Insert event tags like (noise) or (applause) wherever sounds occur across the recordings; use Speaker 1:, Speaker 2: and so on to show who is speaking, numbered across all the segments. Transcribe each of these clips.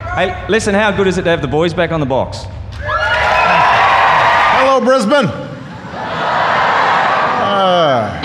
Speaker 1: Hey, listen, how good is it to have the boys back on the box?
Speaker 2: Hello, Brisbane. Ah.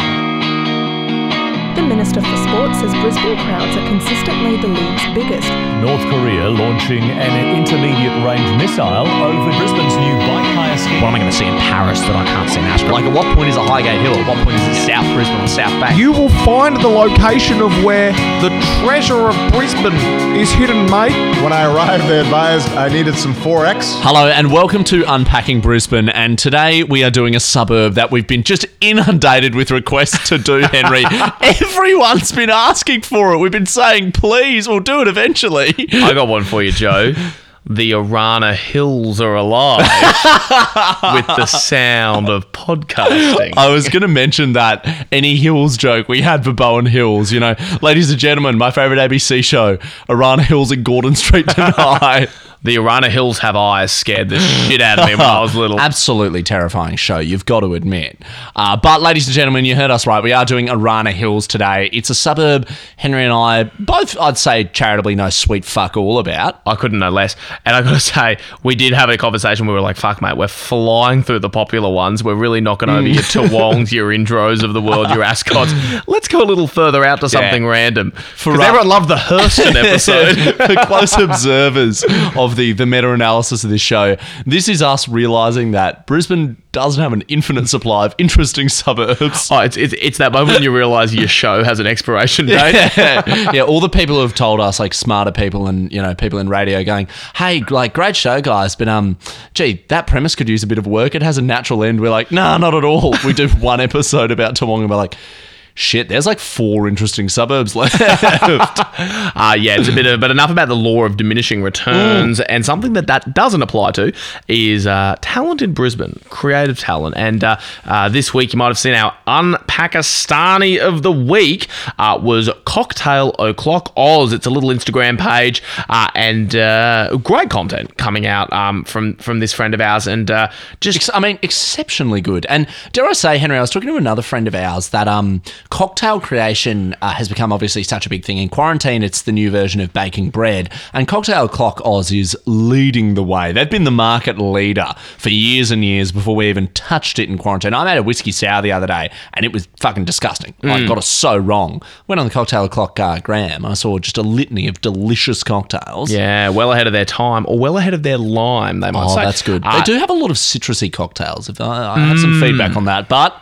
Speaker 3: The Minister for Sport says Brisbane crowds are consistently the league's biggest.
Speaker 4: North Korea launching an intermediate range missile over Brisbane's new bike hire scheme.
Speaker 5: What am I going to see in Paris that I can't see in Ashburn? Like, at what point is it Highgate Hill? At what point is it South Brisbane or South Bank?
Speaker 2: You will find the location of where the treasure of Brisbane is hidden, mate. When I arrived, they advised I needed some 4X.
Speaker 6: Hello and welcome to Unpacking Brisbane. And today we are doing a suburb that we've been just inundated with requests to
Speaker 5: (laughs)
Speaker 6: do, Henry. Everyone's been asking for it. We've been saying, please, we'll do it eventually.
Speaker 5: I got one for you, Joe. The Arana Hills are
Speaker 6: (laughs)
Speaker 5: alive with the sound of podcasting.
Speaker 6: I was going to mention that any Hills joke we had for Bowen Hills. You know, ladies and gentlemen, my favourite ABC show, Arana Hills and Gordon
Speaker 5: (laughs)
Speaker 6: Street tonight.
Speaker 5: The Arana Hills have eyes scared the shit out of me when I
Speaker 6: (laughs)
Speaker 5: was little.
Speaker 6: Absolutely terrifying show, you've got to admit. Uh, but, ladies and gentlemen, you heard us right. We are doing Arana Hills today. It's a suburb Henry and I both, I'd say, charitably know sweet fuck all about.
Speaker 5: I couldn't know less. And I gotta say, we did have a conversation. We were like, fuck, mate, we're flying through the popular ones. We're really knocking over your Toowongs, your Indros of the world, your Ascots. Let's go a little further out to something random. Because
Speaker 6: us-
Speaker 5: everyone loved the Hurston
Speaker 6: (laughs)
Speaker 5: episode.
Speaker 6: the close observers of the, the meta analysis of this show, this is us realizing that Brisbane doesn't have an infinite supply of interesting suburbs.
Speaker 5: Oh, it's, it's, it's that moment when you realize your show has an expiration
Speaker 6: (laughs)
Speaker 5: date.
Speaker 6: yeah. yeah, all the people who have told us, like smarter people and you know people in radio, going, "Hey, like great show, guys, but um, gee, that premise could use a bit of work. It has a natural end." We're like, "Nah, not at all." We do (laughs) one episode about Toowong, and we're like, "Shit, there's like four interesting suburbs (laughs) left."
Speaker 5: (laughs) Uh, yeah, it's a bit of, but enough about the law of diminishing returns. And something that that doesn't apply to is uh, talent in Brisbane, creative talent. And uh, uh, this week, you might have seen our Unpakistani of the week uh, was Cocktail O'Clock Oz. It's a little Instagram page uh, and uh, great content coming out um, from from this friend of ours. And uh, just
Speaker 6: Ex- I mean, exceptionally good. And dare I say, Henry, I was talking to another friend of ours that um, cocktail creation uh, has become obviously such a big thing in quarantine. It's the new version of baking bread, and Cocktail Clock Oz is leading the way. They've been the market leader for years and years before we even touched it in quarantine. I made a whiskey sour the other day, and it was fucking disgusting. I got us so wrong. Went on the Cocktail Clock uh, Graham. I saw just a litany of delicious cocktails.
Speaker 5: yeah, well ahead of their time, or well ahead of their lime, they might
Speaker 6: Oh,
Speaker 5: say.
Speaker 6: that's good.
Speaker 5: Uh,
Speaker 6: they do have a lot of citrusy cocktails. If I, I have some feedback on that, but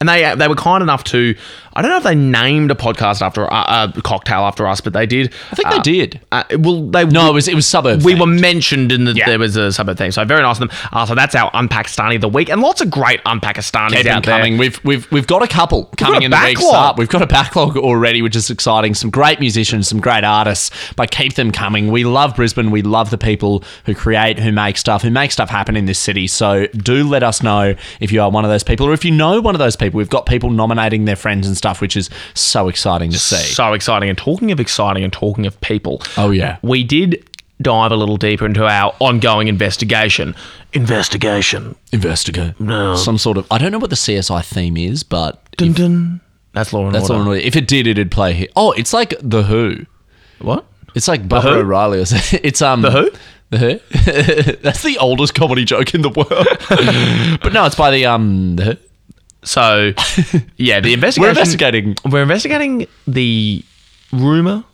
Speaker 5: And they they were kind enough to, I don't know if they named a podcast after uh, a cocktail after us, but they did.
Speaker 6: I think they did.
Speaker 5: Uh, well, they
Speaker 6: No, it was it was suburb.
Speaker 5: We
Speaker 6: themed.
Speaker 5: were mentioned in the there was a suburb thing, so very nice of them. Uh, so that's our Unpakistani of the week, and lots of great Unpakistanis
Speaker 6: Keep them
Speaker 5: out there.
Speaker 6: coming. We've we've we've got a couple coming
Speaker 5: a
Speaker 6: in the weeks
Speaker 5: backlog.
Speaker 6: up. We've got a backlog already, which is exciting. Some great musicians, some great artists, but keep them coming. We love Brisbane. We love the people who create, who make stuff, who make stuff happen in this city. So do let us know if you are one of those people, or if you know one of those people. We've got people nominating their friends and stuff, which is so exciting to see.
Speaker 5: So exciting! And talking of exciting, and talking of people.
Speaker 6: Oh, yeah.
Speaker 5: we did dive a little deeper into our ongoing investigation. Investigation.
Speaker 6: Investigate. Some sort of. I don't know what the CSI theme is, but
Speaker 5: Dun, dun. That's Law and
Speaker 6: that's
Speaker 5: Order.
Speaker 6: all. If it did, it'd play here. Oh, it's like the Who.
Speaker 5: what?
Speaker 6: It's like Bubba
Speaker 5: Who?
Speaker 6: O'Reilly. Or something. (laughs) It's um the
Speaker 5: Who?
Speaker 6: The Who. (laughs) That's the oldest comedy joke in the world. (laughs) but no, it's by the um. The who.
Speaker 5: (laughs) So, yeah, the investigation.
Speaker 6: We're investigating.
Speaker 5: we're investigating the rumor,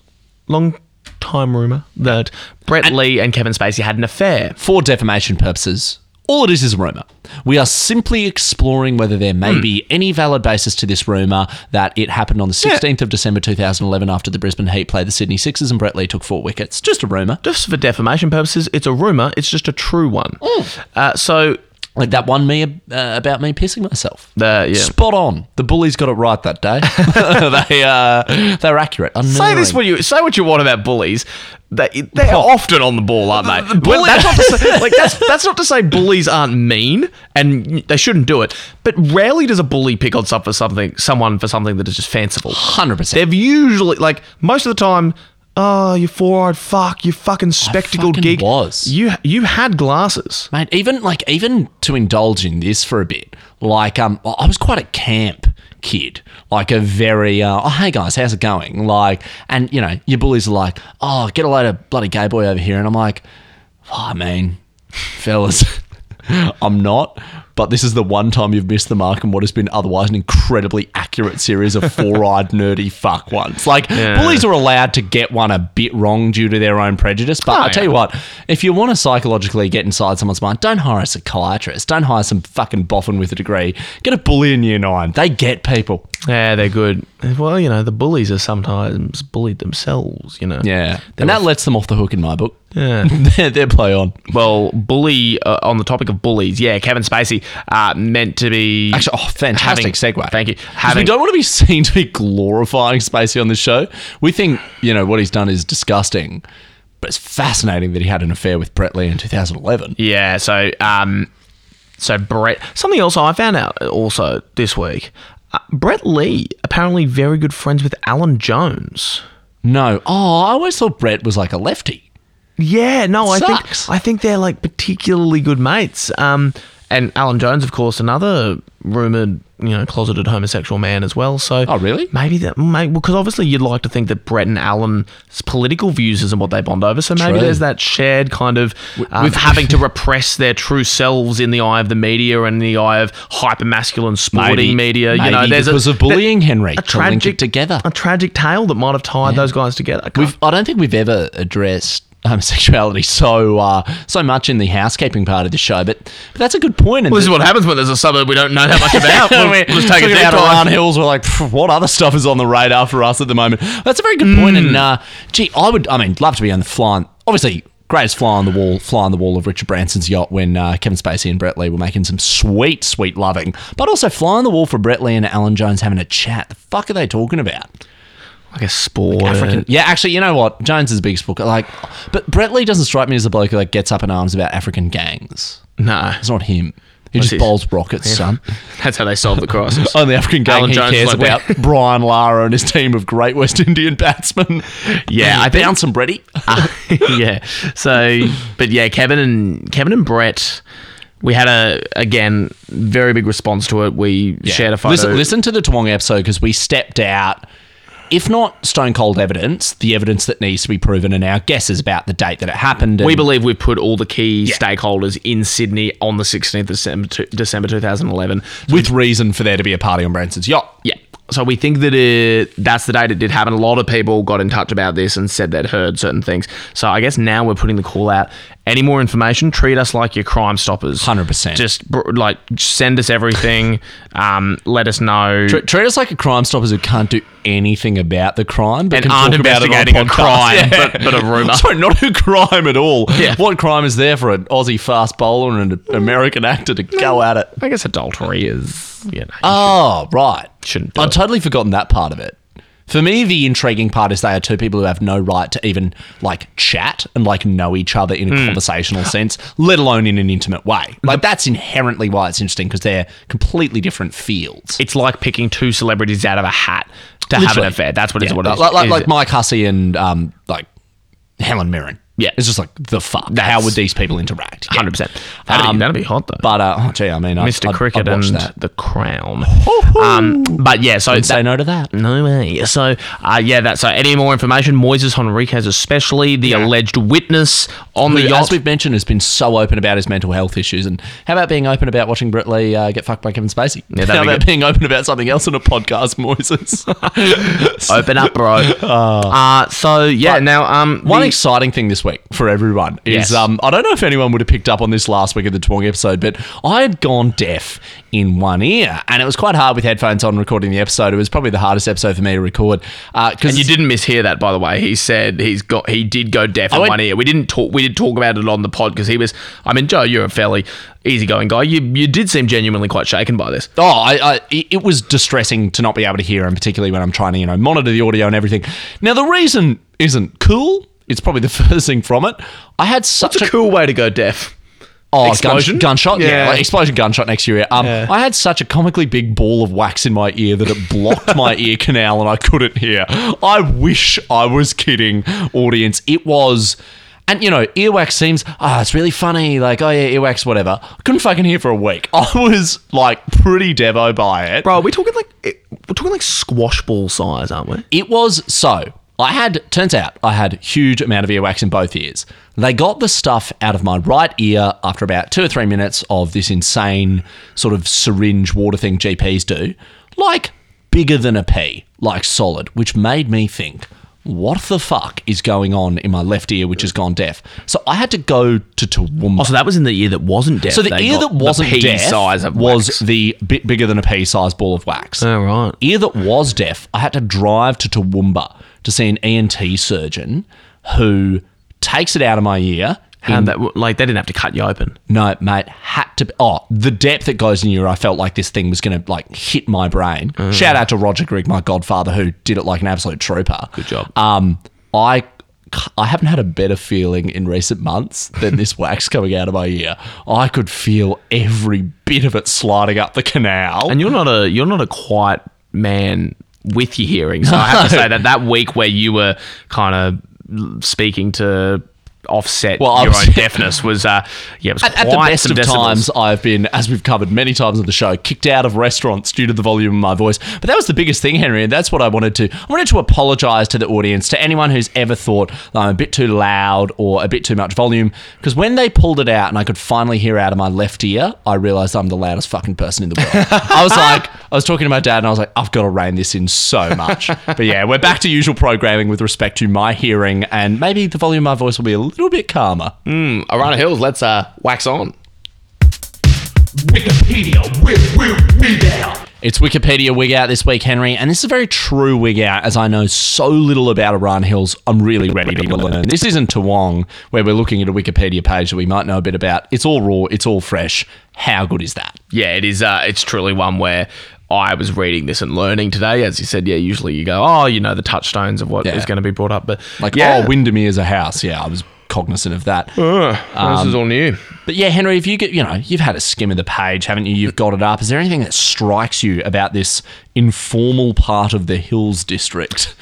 Speaker 5: long time rumor that Brett Lee and Kevin Spacey had an affair.
Speaker 6: for defamation purposes. All it is is rumour. We are simply exploring whether there
Speaker 5: Hmm.
Speaker 6: may be any valid basis to this rumour that it happened on the 16th of December 2011 after the Brisbane Heat played the Sydney Sixers and Brett Lee took four wickets. Just a rumour.
Speaker 5: Just for defamation purposes, it's a rumor. It's just a true one. Uh, so
Speaker 6: Like that one me uh, about me pissing myself.
Speaker 5: the yeah.
Speaker 6: Spot on. The bullies got it right that day. (laughs) they uh, they're accurate.
Speaker 5: Say this
Speaker 6: Unnerving.
Speaker 5: what you say what you want about bullies. They, they're often on the ball, aren't they? Well,
Speaker 6: bully-
Speaker 5: that's, not to (laughs) say, like, that's, that's not to say bullies aren't mean and they shouldn't do it. But rarely does a bully pick on some for something, someone for something that is just fanciful.
Speaker 6: 100%.
Speaker 5: They've usually like most of the time. Oh, you four-eyed fuck! You fucking spectacled
Speaker 6: fucking
Speaker 5: geek.
Speaker 6: was.
Speaker 5: you you had glasses?
Speaker 6: Mate, even like even to indulge in this for a bit, like um, I was quite at camp. kid, like a very, uh, oh, hey guys, how's it going? Like, and you know, your bullies are like, oh, get a load of bloody gay boy over here. And I'm like, oh, I mean, (laughs) fellas, (laughs) I'm not. But this is the one time you've missed the mark in what has been otherwise an incredibly accurate series of four-eyed nerdy fuck ones. Like bullies are allowed to get one a bit wrong due to their own prejudice.
Speaker 5: Oh,
Speaker 6: But I tell you what, if you want to psychologically get inside someone's mind, don't hire a psychiatrist. Don't hire some fucking boffin with a degree. Get a bully in year nine. They get people.
Speaker 5: Yeah, they're good. Well, you know, the bullies are sometimes bullied themselves, you know.
Speaker 6: Yeah,
Speaker 5: They
Speaker 6: and
Speaker 5: were-
Speaker 6: that lets them off the hook in my book.
Speaker 5: Yeah.
Speaker 6: (laughs) they're, they're play on.
Speaker 5: Well, bully, uh, on the topic of bullies, yeah, Kevin Spacey uh, meant to be.
Speaker 6: Actually, oh, fantastic segue.
Speaker 5: Thank you.
Speaker 6: 'Cause we
Speaker 5: Having,
Speaker 6: don't want to be (laughs) seen to be glorifying Spacey on this show. We think, you know, what he's done is disgusting, but it's fascinating that he had an affair with Brett Lee in 2011.
Speaker 5: yeah, so um, so Brett. Something else I found out also this week. Uh, Brett Lee apparently very good friends with Alan Jones.
Speaker 6: No. Oh, I always thought Brett was like a lefty.
Speaker 5: Yeah, no, I
Speaker 6: Sucks.
Speaker 5: think I think they're like particularly good mates. Um, and Alan Jones, of course, another rumored, you know, closeted homosexual man as well. So,
Speaker 6: Oh, really?
Speaker 5: Maybe that, maybe because obviously you'd like to think that Brett and Alan's political views isn't what they bond over. So maybe
Speaker 6: True.
Speaker 5: there's that shared kind of um,
Speaker 6: with-
Speaker 5: having
Speaker 6: (laughs)
Speaker 5: to repress their true selves in the eye of the media and the eye of hyper masculine sporting
Speaker 6: Maybe-
Speaker 5: media. you know,
Speaker 6: maybe
Speaker 5: there's
Speaker 6: because
Speaker 5: a,
Speaker 6: of bullying, Henry,
Speaker 5: a
Speaker 6: to link it
Speaker 5: tragic
Speaker 6: together.
Speaker 5: a tragic tale that might have tied those guys together. I can't-
Speaker 6: We've, I don't think we've ever addressed homosexuality so uh, so much in the housekeeping part of the show, but, but that's a good point. And
Speaker 5: Well,
Speaker 6: (laughs)
Speaker 5: this
Speaker 6: the-
Speaker 5: is what happens when there's a suburb we don't know that much
Speaker 6: (laughs)
Speaker 5: about. We'll,
Speaker 6: We're-
Speaker 5: we'll just take it
Speaker 6: looking at
Speaker 5: down a
Speaker 6: Iran
Speaker 5: run.
Speaker 6: Hills. We're like, "Pff, what other stuff is on the radar for us at the moment? That's a very good point, And uh, gee, I would, I mean, love to be on the fly. On, obviously, greatest fly on the wall, fly on the wall of Richard Branson's yacht when uh, Kevin Spacey and Brett Lee were making some sweet, sweet loving. But also fly on the wall for Brett Lee and Alan Jones having a chat. The fuck are they talking about?
Speaker 5: Like a sport.
Speaker 6: African. Yeah, actually, you know what? Jones is a big sport. Like, but Brett Lee doesn't strike me as a bloke who like gets up in arms about African gangs.
Speaker 5: No.
Speaker 6: It's not him. He
Speaker 5: What's
Speaker 6: just
Speaker 5: his-
Speaker 6: bowls rockets,
Speaker 5: (laughs)
Speaker 6: son.
Speaker 5: That's how they solve
Speaker 6: (laughs)
Speaker 5: the crisis.
Speaker 6: Only Oh, African gang
Speaker 5: Alan
Speaker 6: he
Speaker 5: Jones
Speaker 6: cares
Speaker 5: like
Speaker 6: about
Speaker 5: (laughs) that.
Speaker 6: Brian Lara and his team of great West Indian batsmen.
Speaker 5: (laughs) Yeah, I think-
Speaker 6: bounce him, Brady.
Speaker 5: Ah, yeah. So, but yeah, Kevin and Kevin and Brett, we had a again very big response to it. We shared a photo.
Speaker 6: Listen, listen to the Twong episode because we stepped out. If not stone cold evidence, the evidence that needs to be proven, and our guesses about the date that it happened. and-
Speaker 5: We believe we put all the key stakeholders in Sydney on the 16th of December, two- December 2011.
Speaker 6: with reason for there to be a party on Branson's yacht.
Speaker 5: Yeah. So we think that it, that's the date it did happen. A lot of people got in touch about this and said they'd heard certain things. So I guess now we're putting the call out. Any more information? Treat us like your crime stoppers.
Speaker 6: 100%.
Speaker 5: Just br- like send
Speaker 6: (laughs)
Speaker 5: us everything. um, let us know.
Speaker 6: Tr- treat us like a crime stoppers who can't do anything about the crime, but
Speaker 5: And
Speaker 6: can
Speaker 5: aren't
Speaker 6: talk about it on
Speaker 5: investigating a
Speaker 6: podcast. (laughs)
Speaker 5: crime, but- but a rumour.
Speaker 6: Sorry, not a crime at all.
Speaker 5: Yeah.
Speaker 6: What crime is there for an Aussie fast bowler and an American actor to go at it?
Speaker 5: I guess adultery is. You know,
Speaker 6: Oh, right.
Speaker 5: shouldn't do
Speaker 6: I'd
Speaker 5: it.
Speaker 6: totally forgotten that part of it. For me, the intriguing part is they are two people who have no right to even like chat and like know each other in a
Speaker 5: Hmm.
Speaker 6: conversational sense, let alone in an intimate way. Like that's inherently why it's interesting because they're completely different fields.
Speaker 5: it's like picking two celebrities out of a hat to have an
Speaker 6: Literally.
Speaker 5: affair. That's what it's
Speaker 6: Yeah,
Speaker 5: what it is.
Speaker 6: like, like,
Speaker 5: Is
Speaker 6: like
Speaker 5: it-
Speaker 6: Mike Hussey and um, like Helen Mirren.
Speaker 5: Yeah.
Speaker 6: it's just like the fuck. How
Speaker 5: That's-
Speaker 6: would these people interact? Yeah.
Speaker 5: 100%. That'd,
Speaker 6: Um,
Speaker 5: be, that'd be hot, though.
Speaker 6: But uh, oh, gee, I mean, I'd,
Speaker 5: Mr.
Speaker 6: I'd,
Speaker 5: Cricket
Speaker 6: I'd watch
Speaker 5: and
Speaker 6: that.
Speaker 5: The Crown. Um, but yeah, so
Speaker 6: Say
Speaker 5: that-
Speaker 6: no to that.
Speaker 5: No way. So, uh, yeah, that's so. Any more information? Moises Henriquez, especially the alleged witness on the
Speaker 6: Who,
Speaker 5: yacht.
Speaker 6: as we've mentioned, has been so open about his mental health issues. And how about being open about watching Brett Lee uh, get fucked by Kevin Spacey?
Speaker 5: Yeah, that'd
Speaker 6: how
Speaker 5: be
Speaker 6: about
Speaker 5: good.
Speaker 6: being open about something else in a podcast, (laughs)
Speaker 5: (laughs)
Speaker 6: Moises?
Speaker 5: (laughs) Open up, (laughs) bro. uh, so yeah,
Speaker 6: But
Speaker 5: now um,
Speaker 6: One
Speaker 5: the-
Speaker 6: exciting thing this week for everyone is
Speaker 5: Yes.
Speaker 6: um, I don't know if anyone would have picked up on this last week of the Twong episode, but I had gone deaf in one ear, and it was quite hard with headphones on recording the episode. It was probably the hardest episode for me to record uh, because
Speaker 5: (laughs) and you didn't mishear that, by the way. He said he's got he did go deaf in
Speaker 6: went-
Speaker 5: one ear. We didn't talk we did talk about it on the pod because he was. I mean, Joe, you're a fairly easygoing guy. You you did seem genuinely quite shaken by this.
Speaker 6: Oh, I, I, it it was distressing to not be able to hear, and particularly when I'm trying to, you know, monitor the audio and everything. Now, the reason isn't cool. It's probably the (laughs) first thing from it. I had such
Speaker 5: It's a cool way to go deaf.
Speaker 6: Oh,
Speaker 5: Explosion?
Speaker 6: gun- gunshot. Yeah,
Speaker 5: Yeah.
Speaker 6: like explosion gunshot next year. Um, I had such a comically big ball of wax in my ear that it blocked my ear canal and I couldn't hear. I wish I was kidding, audience. It was. And you know, earwax seems ah, it's really funny. Like, oh yeah, earwax, (laughs) whatever. I couldn't fucking hear for a week. I was like pretty devo by it.
Speaker 5: Bro, are we talking like it- We're talking like squash ball size, aren't we?
Speaker 6: It was so. I had turns out I had huge amount of earwax in both ears. They got the stuff out of my right ear after about two or three minutes of this insane sort of syringe water thing GPs do, like bigger than a pea, like solid, which made me think, what the fuck is going on in my left ear, which has gone deaf? So I had to go to Toowoomba.
Speaker 5: Oh, so that was in the ear that wasn't deaf.
Speaker 6: So the
Speaker 5: They
Speaker 6: ear
Speaker 5: got
Speaker 6: that wasn't
Speaker 5: the pea
Speaker 6: deaf
Speaker 5: size of
Speaker 6: was
Speaker 5: wax.
Speaker 6: the bit bigger than a pea sized ball of wax.
Speaker 5: Oh, right.
Speaker 6: Ear that was deaf, I had to drive to Toowoomba to see an ENT surgeon who takes it out of my ear. in-
Speaker 5: And that like they didn't have to cut you open.
Speaker 6: no, mate, had to. Be, oh, the depth that goes in your ear, I felt like this thing was going to like hit my brain. Shout out to Roger Grigg, my godfather, who did it like an absolute trooper. Good
Speaker 5: job.
Speaker 6: Um, I. I haven't had a better feeling in recent months than this wax coming out of my ear. I could feel every bit of it sliding up the canal.
Speaker 5: And you're not a you're not a quiet man with your hearing. So I have to
Speaker 6: (laughs)
Speaker 5: say that that week where you were kind of speaking to offset
Speaker 6: Well, I
Speaker 5: your
Speaker 6: was-
Speaker 5: own deafness was uh yeah it
Speaker 6: (laughs)
Speaker 5: was
Speaker 6: at, at the
Speaker 5: quite
Speaker 6: best
Speaker 5: some
Speaker 6: of
Speaker 5: decibels.
Speaker 6: times, I've been, as we've covered many times on the show, kicked out of restaurants due to the volume of my voice. But that was the biggest thing, Henry, and that's what I wanted to. I wanted to apologise to the audience, to anyone who's ever thought that I'm a bit too loud or a bit too much volume, because when they pulled it out and I could finally hear out of my left ear, I realised I'm the loudest fucking person in the world. I was like, I was talking to my dad, and I was like, I've got to rein this in so much. But yeah, we're back to usual programming with respect to my hearing, and maybe the volume of my voice will be a little bit calmer.
Speaker 5: Arana Hills, let's uh wax on.
Speaker 6: It's Wikipedia wig out this week, Henry, and this is a very true wig out as I know so little about Iran Hills. I'm really ready to learn. This isn't Tawong where we're looking at a Wikipedia page that we might know a bit about. It's all raw, it's all fresh. How good is that?
Speaker 5: yeah, it is. Uh, it's truly one where I was reading this and learning today. As you said, yeah, usually you go, oh, you know, the touchstones of what is
Speaker 6: Yeah.
Speaker 5: going to be brought up, but
Speaker 6: Like,
Speaker 5: yeah,
Speaker 6: oh, Windermere is a house. Yeah, I was cognizant of that.
Speaker 5: this is all new.
Speaker 6: But yeah, Henry, if you get, you know, you've had a skim of the page, haven't you? You've got it up. Is there anything that strikes you about this informal part of the Hills district?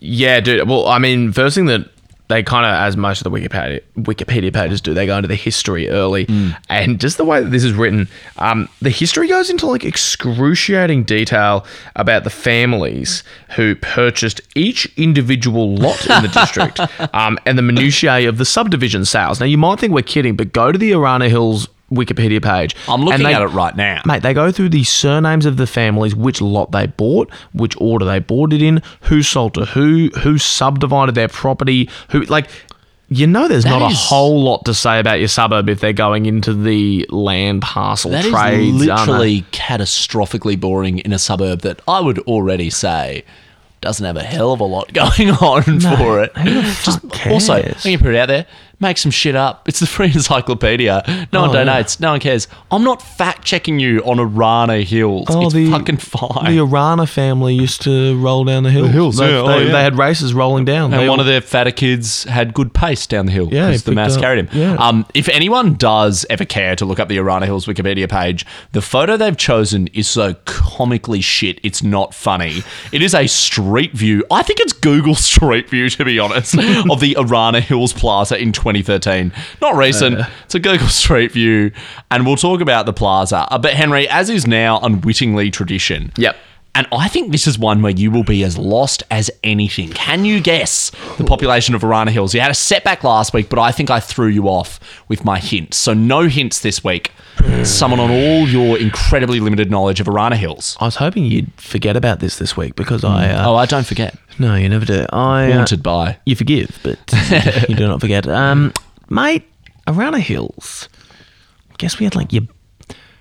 Speaker 5: Yeah, dude. Well, I mean, first thing that they kind of, as most of the Wikipedia Wikipedia pages do, they go into the history early,
Speaker 6: Mm.
Speaker 5: and just the way that this is written, um, the history goes into like excruciating detail about the families who purchased each individual lot in
Speaker 6: (laughs)
Speaker 5: the district, um, and the minutiae of the subdivision sales. Now, you might think we're kidding, but go to the Arana Hills. Wikipedia page.
Speaker 6: I'm looking
Speaker 5: and they-
Speaker 6: at it right now.
Speaker 5: Mate, they go through the surnames of the families, which lot they bought, which order they bought it in, who sold to who, who subdivided their property, who like you know there's
Speaker 6: That
Speaker 5: not a
Speaker 6: is-
Speaker 5: whole lot to say about your suburb if they're going into the land parcel
Speaker 6: That is
Speaker 5: trades. aren't they?
Speaker 6: literally catastrophically boring in a suburb that I would already say doesn't have a hell of a lot (laughs) going on for it. Just also, I'm
Speaker 5: cares?
Speaker 6: gonna put it out there. Make some shit up. It's the free (laughs) encyclopedia. No one
Speaker 5: Oh,
Speaker 6: donates. No one cares. I'm not fact checking you on Arana Hills. it's fucking fine.
Speaker 5: Oh, The Arana family used to roll down the hill.
Speaker 2: hills,
Speaker 5: they,
Speaker 2: yeah, oh,
Speaker 5: they,
Speaker 2: yeah.
Speaker 5: they had races rolling down.
Speaker 6: and
Speaker 5: They
Speaker 6: one
Speaker 5: all-
Speaker 6: of their fatter kids had good pace down the hill
Speaker 5: Yeah,
Speaker 6: because
Speaker 5: he
Speaker 6: the mass
Speaker 5: picked up-
Speaker 6: carried him.
Speaker 5: yeah.
Speaker 6: Um, if anyone does ever care to look up the Arana Hills Wikipedia page, the photo they've chosen is so comically shit. It's not funny. It is a street view. I think it's Google (laughs) Street View to be honest of the Arana Hills Plaza in 2013. Not recent. it's a Google Street View, and we'll talk about the plaza. Uh, but Henry, as is now unwittingly tradition.
Speaker 5: Yep.
Speaker 6: And I think this is one where you will be as lost as anything. Can you guess the population of Arana Hills? You had a setback last week, but I think I threw you off with my hints. So no hints this week. Someone on all your incredibly limited knowledge of Arana Hills.
Speaker 5: I was hoping you'd forget about this this week because I. Uh,
Speaker 6: Oh, I don't forget.
Speaker 5: no, you never do. I uh,
Speaker 6: Haunted by.
Speaker 5: you forgive, (laughs) but you do not forget. Um, mate, around the hills, I guess we had like your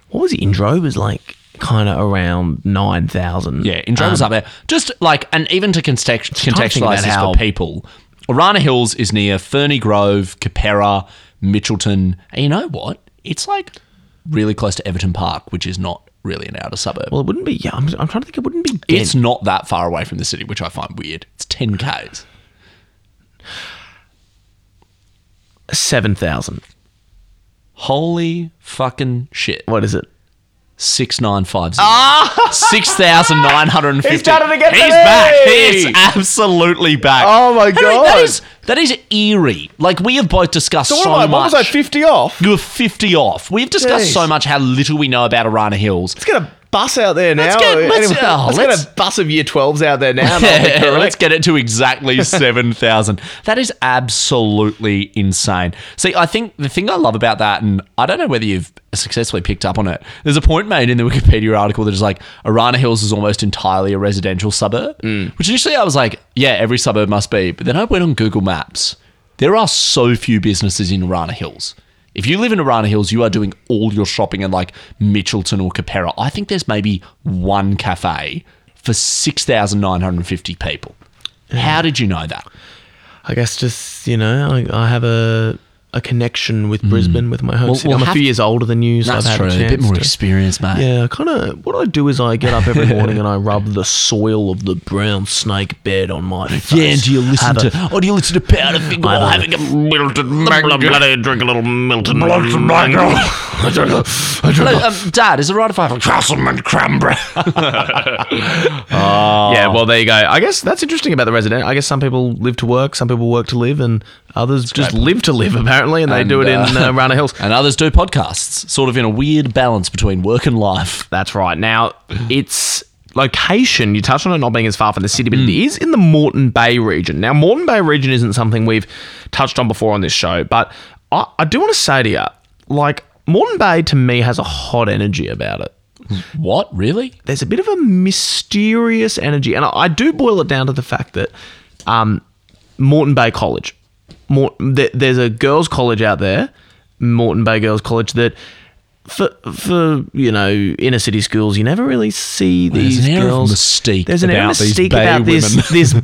Speaker 5: what was it? Indro was like kind of around nine thousand.
Speaker 6: Yeah, in was up there. Just like, and even to context-
Speaker 5: trying Um, to think
Speaker 6: contextualize
Speaker 5: about
Speaker 6: this
Speaker 5: how-
Speaker 6: for people, Orana Hills is near Ferny Grove, Capera, Mitchelton. And you know what? It's like really close to Everton Park, which is not really an outer suburb.
Speaker 5: Well, it wouldn't be. Yeah, I'm, I'm trying to think. It wouldn't be. Dent.
Speaker 6: It's not that far away from the city, which I find weird. It's 10 Ks.
Speaker 5: seven thousand.
Speaker 6: Holy fucking shit.
Speaker 5: What is it?
Speaker 6: 6950. Ah!
Speaker 2: (laughs)
Speaker 6: 6,950. He's
Speaker 2: done it again
Speaker 6: He's
Speaker 2: for me!
Speaker 6: back. He's absolutely back.
Speaker 2: Oh my
Speaker 6: Henry,
Speaker 2: God.
Speaker 6: That is, that is eerie. Like, we have both discussed so,
Speaker 2: So what, am I, what
Speaker 6: much.
Speaker 2: was I, 50 off?
Speaker 6: you were 50 off. We've discussed
Speaker 2: Jeez.
Speaker 6: so much how little we know about Arana Hills.
Speaker 2: Let's get a
Speaker 5: bus out there now.
Speaker 6: Let's get- let's-
Speaker 5: Anyone-
Speaker 6: oh,
Speaker 5: let's get
Speaker 6: let's-
Speaker 5: a bus of year 12s out there now. and
Speaker 6: (laughs)
Speaker 5: I'll be correct.
Speaker 6: Let's get it to exactly 7,000. That is absolutely insane. See, I think the thing I love about that, and I don't know whether you've successfully picked up on it, there's a point made in the Wikipedia article that is like, Arana Hills is almost entirely a residential suburb, which initially I was like, yeah, every suburb must be. But then I went on Google Maps. There are so few businesses in Arana Hills. If you live in Arana Hills, you are doing all your shopping in like Mitchelton or Capera. I think there's maybe one cafe for 6,950 people. How did you know that?
Speaker 5: I guess just you know, I, I have a a connection with Brisbane with my home
Speaker 6: Well,
Speaker 5: city.
Speaker 6: we'll
Speaker 5: I'm a
Speaker 6: have-
Speaker 5: few years older than you, so I've had a, chance to-
Speaker 6: experience, mate.
Speaker 5: Yeah, kind of. What I do is I get up every morning and I rub the soil of the brown snake bed on my face.
Speaker 6: Yeah, and do you listen
Speaker 5: Have a-
Speaker 6: to? oh, do you listen to Powderfinger
Speaker 5: I
Speaker 6: while
Speaker 5: have
Speaker 6: having a Milton
Speaker 5: drink a little Milton. Mango.
Speaker 6: um, Dad, is it right if I have a Castleman Cranberry?
Speaker 5: (laughs) Yeah, well, there you go. I guess that's interesting about the resident. I guess some people live to work, some people work to live, and others just live to live, apparently, and they do it
Speaker 6: And,
Speaker 5: in
Speaker 6: uh,
Speaker 5: uh, Rana Hills.
Speaker 6: and others do podcasts, sort of in a weird balance between work and life.
Speaker 5: That's right. Now, its location, you touched on it not being as far from the city, but it is in the Moreton Bay region. Now, Moreton Bay region isn't something we've touched on before on this show, but I, I do want to say to you, like, Moreton Bay to me has a hot energy about it.
Speaker 6: What, really?
Speaker 5: There's a bit of a mysterious energy, and I, I do boil it down to the fact that um, Moreton Bay College, Mort- th- there's a girls' college out there, Moreton Bay Girls College, that for for you know inner city schools, you never really see
Speaker 6: there's
Speaker 5: these
Speaker 6: an air of
Speaker 5: girls.
Speaker 6: mystique
Speaker 5: There's an air
Speaker 6: about
Speaker 5: of
Speaker 6: these
Speaker 5: mystique
Speaker 6: bay
Speaker 5: about this
Speaker 6: women.
Speaker 5: this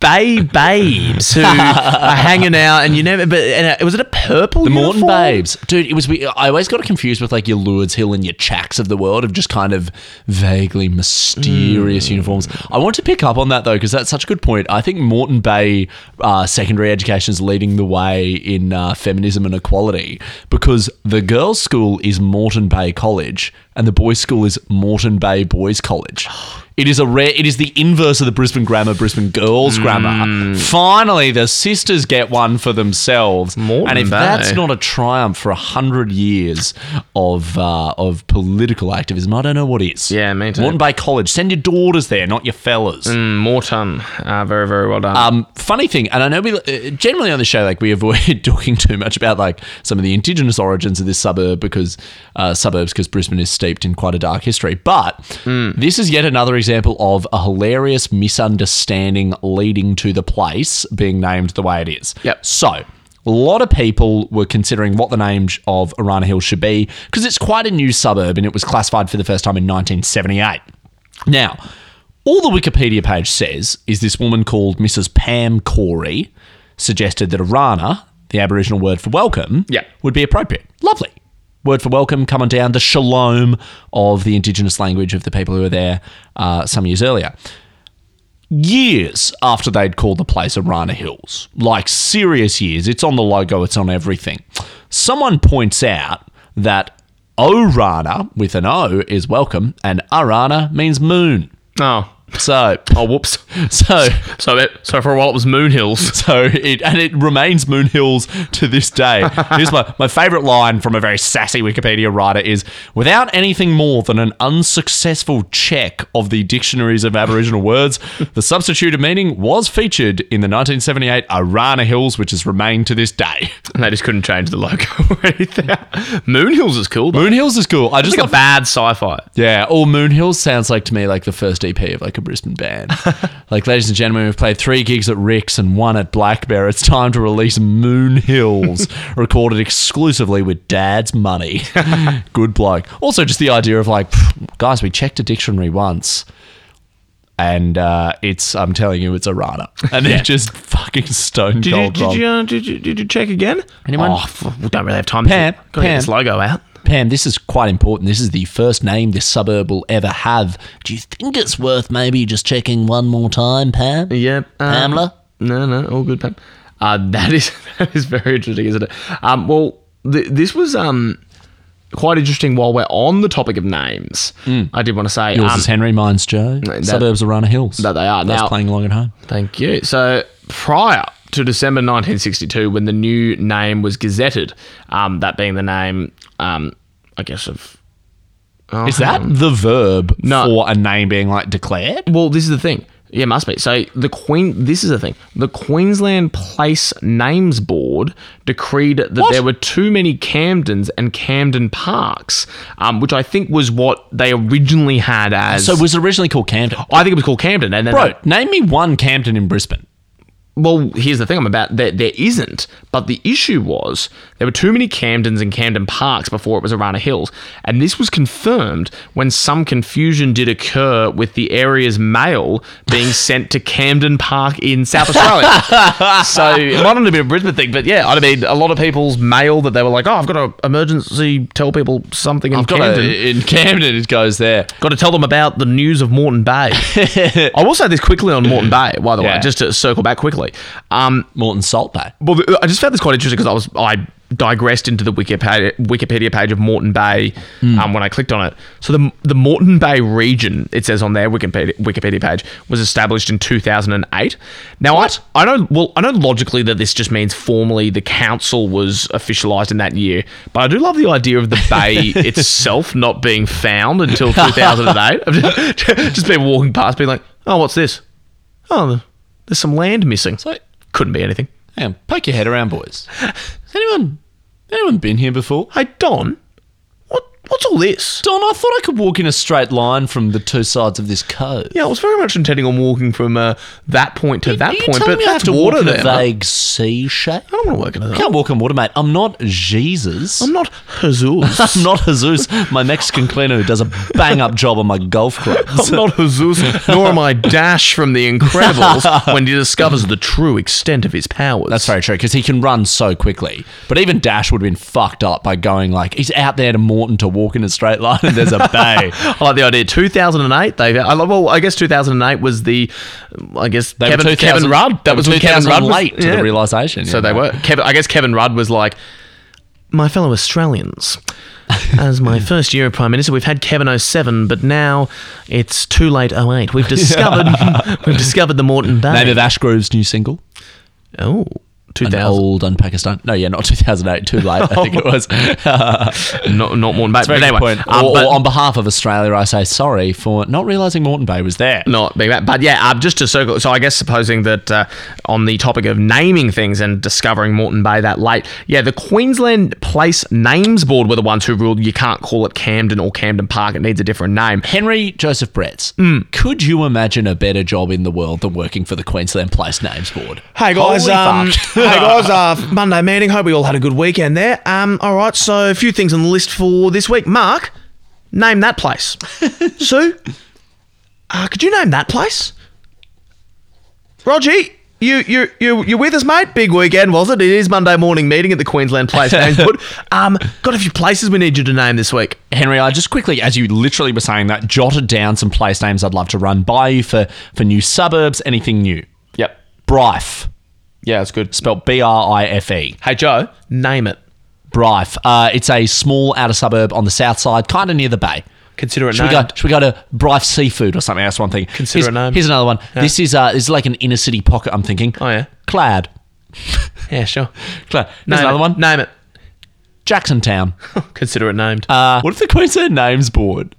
Speaker 5: bay babes who are hanging out, and you never. But and, uh, was it a purple?
Speaker 6: The Morton
Speaker 5: uniform?
Speaker 6: Babes, dude. It was. we- I always got it confused with like your Lourdes Hill and your Chacks of the world of just kind of vaguely mysterious uniforms. I want to pick up on that though because that's such a good point. I think Moreton Bay uh, secondary education is leading the way in uh, feminism and equality because the girls' school is Moreton Bay College and the boys' school is Moreton Bay Boys College. It is a rare. It is the inverse of the Brisbane Grammar, Brisbane Girls Grammar. Finally, the sisters get one for themselves.
Speaker 5: Moreton
Speaker 6: and if
Speaker 5: Bay.
Speaker 6: that's not a triumph for a hundred years of uh, of political activism, I don't know what is.
Speaker 5: Yeah, me too. Mm.
Speaker 6: Moreton Bay College. Send your daughters there, not your fellas.
Speaker 5: Moreton, uh, very very well done.
Speaker 6: Um, funny thing, and I know we uh, generally on the show like we avoid (laughs) talking too much about like some of the indigenous origins of this suburb because uh, suburbs because Brisbane is steeped in quite a dark history. But
Speaker 5: Mm.
Speaker 6: this is yet another example of a hilarious misunderstanding leading to the place being named the way it is.
Speaker 5: Yep.
Speaker 6: So. A lot of people were considering what the name of Arana Hill should be because it's quite a new suburb and it was classified for the first time in 1978. Now, all the Wikipedia page says is this woman called Mrs. Pam Corey suggested that Arana, the Aboriginal word for welcome,
Speaker 5: Yeah.
Speaker 6: would be appropriate. Lovely. Word for welcome, come on down, the shalom of the indigenous language of the people who were there uh, some years earlier years after they'd called the place Arana Hills. Like serious years. It's on the logo, it's on everything. Someone points out that Orana with an O is welcome and Arana means moon.
Speaker 5: oh.
Speaker 6: So,
Speaker 5: Oh, whoops.
Speaker 6: (laughs) so,
Speaker 5: So, it, so for a while it was Moon
Speaker 6: (laughs)
Speaker 5: Hills.
Speaker 6: so it, and it remains Moon Hills to this day. Here's my, my favorite line from a very sassy Wikipedia writer is without anything more than an unsuccessful check of the dictionaries of Aboriginal words, the substituted meaning was featured in the 1978 Arana Hills, which has remained to this day.
Speaker 5: And they just couldn't change the logo (laughs) or anything. Moon Hills is cool. Though.
Speaker 6: Moon Hills is cool. I just
Speaker 5: It's like
Speaker 6: love-
Speaker 5: a bad sci-fi.
Speaker 6: Yeah, or Moon Hills sounds like to me like the first EP of like a Brisbane
Speaker 5: (laughs)
Speaker 6: band. like, ladies and gentlemen, we've played three gigs at Rick's and one at Black Bear. It's time to release Moon
Speaker 5: (laughs)
Speaker 6: Hills, recorded exclusively with Dad's money. Good bloke. Also, just the idea of like, "Pff, guys, we checked a dictionary once. And uh, it's, I'm telling you, it's a rana. And they're just fucking stone
Speaker 5: (laughs) Did you,
Speaker 6: cold
Speaker 5: did,
Speaker 6: wrong.
Speaker 5: you, uh, did, you, did you check again?
Speaker 6: Anyone?
Speaker 5: Oh, f- we don't really have time.
Speaker 6: Pam,
Speaker 5: to gotta get
Speaker 6: Pam.
Speaker 5: this logo out.
Speaker 6: Pam, this is quite important. This is the first name this suburb will ever have. Do you think it's worth maybe just checking one more time, Pam?
Speaker 5: Yeah. Um,
Speaker 6: Pamela?
Speaker 5: No, no, all good, Pam. Uh, that is (laughs) that is very interesting, isn't it? Um, well, th- this was um quite interesting. While we're on the topic of names, I did want to say
Speaker 6: Yours
Speaker 5: um,
Speaker 6: is Henry, mine's Joe.
Speaker 5: that-
Speaker 6: Suburbs are Runner Hills.
Speaker 5: that they are.
Speaker 6: That's
Speaker 5: Now-
Speaker 6: playing along at home.
Speaker 5: Thank you. So prior to December 1962, when the new name was gazetted, um, that being the name, um, I guess, of
Speaker 6: Is that the verb for a name being like declared?
Speaker 5: Well, this is the thing. Yeah, it must be. So the Queen. This is the thing. The Queensland Place Names Board decreed that
Speaker 6: What?
Speaker 5: there were too many Camdens and Camden Parks, um, which I think was what they originally had as.
Speaker 6: So it was originally called Camden.
Speaker 5: I think it was called Camden, and then
Speaker 6: Bro, name me one Camden in Brisbane.
Speaker 5: Well, here's the thing I'm about. There, there isn't, but the issue was there were too many Camdens and Camden Parks before it was Arana Hills, and this was confirmed when some confusion did occur with the area's mail being (laughs) sent to Camden Park in South (laughs) Australia. so it might not have been a Brisbane thing, but yeah, I mean, a lot of people's mail that they were like, "Oh, I've got an emergency. Tell people something in Camden."
Speaker 6: in Camden it goes there.
Speaker 5: Got to tell them about the news of Moreton (laughs) Bay. I will say this quickly on Moreton Bay, by the
Speaker 6: Yeah.
Speaker 5: way, just to circle back quickly. Um,
Speaker 6: Morton Salt Bay.
Speaker 5: well, th- I just found this quite interesting because I was I digressed into the Wikipedia, Wikipedia page of Moreton Bay um, when I clicked on it. So the the Moreton Bay region, it says on their Wikipedia, Wikipedia page, was established in 2008. Now I I know well I know logically that this just means formally the council was officialized in that year, but I do love the idea of the bay itself not being found until 2008. I've (laughs) just, just been walking past, being like, oh, what's this? Oh, there's some land missing.
Speaker 6: Sweet.
Speaker 5: Couldn't be anything.
Speaker 6: Hang on, poke your head around, boys. Has anyone anyone been here before?
Speaker 5: Hey Don, what what's all this?
Speaker 6: Don, I thought I could walk in a straight line from the two sides of this cove.
Speaker 5: Yeah, I was very much intending on walking from uh, that point to that
Speaker 6: Are you
Speaker 5: point,
Speaker 6: telling
Speaker 5: but
Speaker 6: me I have
Speaker 5: that's
Speaker 6: to
Speaker 5: water
Speaker 6: walk in
Speaker 5: there.
Speaker 6: a
Speaker 5: I
Speaker 6: vague sea shape.
Speaker 5: don't want to work in a.
Speaker 6: I can't walk on water, mate. I'm not Jesus.
Speaker 5: I'm not
Speaker 6: (laughs)
Speaker 5: Jesus.
Speaker 6: I'm not Jesus. My Mexican cleaner who does a bang up job on my golf clubs.
Speaker 5: (laughs) I'm not Jesus, nor am I Dash from The
Speaker 6: (laughs)
Speaker 5: Incredibles when he discovers the true extent of his powers.
Speaker 6: That's very true because he can run so quickly. But even Dash would have been fucked up by going like he's out there to Morton to walk in a straight line and there's a
Speaker 5: (laughs)
Speaker 6: bay.
Speaker 5: (laughs) I like the idea. 2008. They, I love, well, I guess 2008 was the, um, I guess
Speaker 6: They were
Speaker 5: Kevin,
Speaker 6: 2000
Speaker 5: Kevin Rudd.
Speaker 6: they were
Speaker 5: That was when Kevin
Speaker 6: 2000
Speaker 5: Rudd was-
Speaker 6: late to the realisation,
Speaker 5: So
Speaker 6: yeah.
Speaker 5: they were. Kevin, I guess Kevin Rudd was like, my fellow Australians.
Speaker 6: (laughs)
Speaker 5: As my first year of Prime Minister, we've had Kevin 07, but now it's too late 08.
Speaker 6: (laughs)
Speaker 5: We've discovered (laughs) we've discovered the Morton Bay.
Speaker 6: Name of Ash Grove's new single.
Speaker 5: oh,
Speaker 6: An
Speaker 5: 2000.
Speaker 6: old unpakistan. No, yeah, not (laughs) 2008. Too late, I think
Speaker 1: (laughs)
Speaker 6: it was. Um,
Speaker 5: Not, not Morton Bay. but anyway, um,
Speaker 6: or, or
Speaker 5: but-
Speaker 6: on behalf of Australia, I say sorry for not realising Morton Bay was there.
Speaker 5: not being that. But yeah, uh, just to circle. So I guess supposing that uh, on the topic of naming things and discovering Moreton Bay that late, yeah, the Queensland Place Names Board were the ones who ruled you can't call it Camden or Camden Park. It needs a different name.
Speaker 6: Henry Joseph Bretts,
Speaker 1: Hmm.
Speaker 6: could you imagine a better job in the world than working for the Queensland Place Names Board?
Speaker 1: Hey guys,
Speaker 6: Holy
Speaker 1: um,
Speaker 6: fuck. (laughs)
Speaker 1: hey (laughs) guys, uh, Monday meeting. Hope we all had a good weekend there. Um, all right, so a few things on the list for this week. Mark, name that
Speaker 5: (laughs)
Speaker 1: place. Sue, uh, could you name that place? Rogie, you you you you with us, mate? Big weekend was it? It is Monday morning meeting at the Queensland
Speaker 5: (laughs)
Speaker 1: Place Names Board. Um, got a few places we need you to name this week.
Speaker 6: Henry, I just quickly, as you literally were saying that, jotted down some place names I'd love to run by you for, for new suburbs, anything new.
Speaker 5: Yep.
Speaker 6: Brife,
Speaker 5: Yeah, that's good.
Speaker 6: spelled B R I F E.
Speaker 5: Hey Joe, name it.
Speaker 6: Brife. Uh, it's a small outer suburb on the south side, kind of near the bay.
Speaker 5: Consider it
Speaker 6: Should we,
Speaker 5: named.
Speaker 6: go, should we go to Brife Seafood or something? That's one thing.
Speaker 5: Consider
Speaker 6: here's,
Speaker 5: a name.
Speaker 6: Here's another one. This is uh, this is like an inner city pocket, I'm thinking.
Speaker 5: Oh, yeah.
Speaker 6: Clad.
Speaker 5: Yeah, sure.
Speaker 6: Clad. Here's
Speaker 5: Name
Speaker 6: another
Speaker 5: it.
Speaker 6: one.
Speaker 5: Name it.
Speaker 6: Jacksontown.
Speaker 5: Consider it named.
Speaker 6: Uh, what if the Queensland Names Board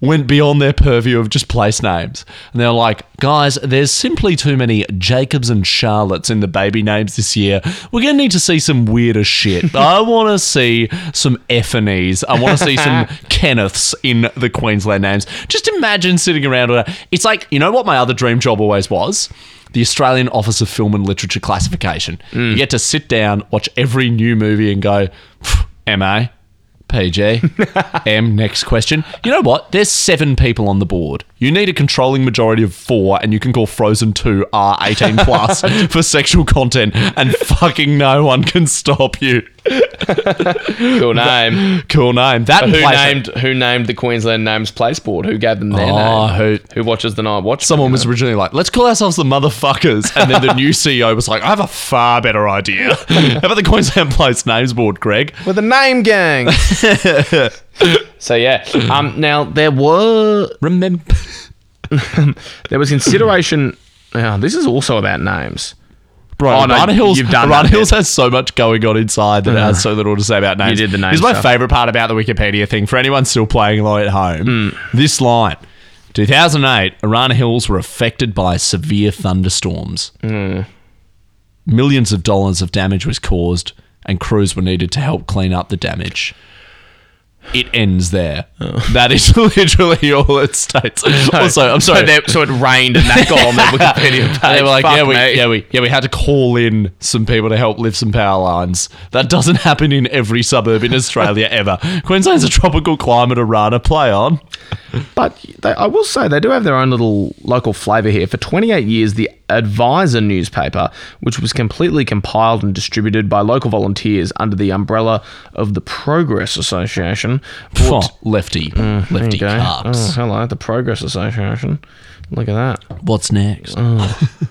Speaker 6: went beyond their purview of just place names? And they're like, guys, there's simply too many Jacobs and Charlottes in the baby names this year. We're going to need to see some weirder shit. I want to see some Ephanes. I want to see some Kenneths in the Queensland names. Just imagine sitting around. with a- It's like, you know what my other dream job always was? the Australian Office of Film and Literature Classification. You get to sit down, watch every new movie, and go, "Pff, MA,
Speaker 5: (laughs)
Speaker 6: PG, M, next question. You know what? There's seven people on the board. You need a controlling majority of four, and you can call Frozen 2 R18
Speaker 5: (laughs)
Speaker 6: plus for sexual content, and fucking no one can stop you.
Speaker 5: cool (laughs) name.
Speaker 6: Cool name. That
Speaker 5: Who
Speaker 6: place-
Speaker 5: named who named the Queensland Names Place Board? Who gave them their
Speaker 6: Oh,
Speaker 5: name?
Speaker 6: who-
Speaker 5: watches the night watch?
Speaker 6: Someone was originally like, let's call ourselves the motherfuckers. And then the new CEO was like, I have a far better
Speaker 5: (laughs)
Speaker 6: idea. How about the Queensland Place Names Board, Greg?
Speaker 5: with a
Speaker 6: (laughs)
Speaker 5: name gang. so yeah. Um. Now there were
Speaker 6: Remember.
Speaker 5: there was consideration. Now this is also about names.
Speaker 6: Bro,
Speaker 5: Oh, no,
Speaker 6: Arana Hills,
Speaker 5: you've done
Speaker 6: Arana
Speaker 5: that Mm.
Speaker 6: Hills has so much going on inside that it has so little to say about names.
Speaker 5: did the name
Speaker 6: Here's my
Speaker 5: stuff.
Speaker 6: favorite part about the Wikipedia thing. For anyone still playing Low at home,
Speaker 5: Mm.
Speaker 6: this line. 2008, Arana Hills were affected by severe thunderstorms.
Speaker 5: Mm.
Speaker 6: Millions of dollars of damage was caused, and crews were needed to help clean up the damage. It ends there.
Speaker 5: Oh.
Speaker 6: That is (laughs) literally all it states.
Speaker 5: (laughs)
Speaker 6: also, I'm sorry.
Speaker 5: So, there- so it rained and that got on
Speaker 6: (laughs)
Speaker 5: their Wikipedia page.
Speaker 6: And they were like,
Speaker 5: Fuck
Speaker 6: yeah, we,
Speaker 5: me.
Speaker 6: yeah, we, yeah, we had to call in some people to help lift some power lines. That doesn't happen in every suburb in
Speaker 5: (laughs)
Speaker 6: Australia ever. Queensland's a tropical climate, Arana, play on.
Speaker 5: But they, I will say they do have their own little local flavour here. For 28 years, the Advisor newspaper, which was completely compiled and distributed by local volunteers under the umbrella of the Progress Association, brought-
Speaker 6: Phew, lefty,
Speaker 5: Mm,
Speaker 6: lefty
Speaker 5: Okay. Oh,
Speaker 6: carbs.
Speaker 5: hello, the Progress Association. Look at that.
Speaker 6: What's next?
Speaker 5: Mm.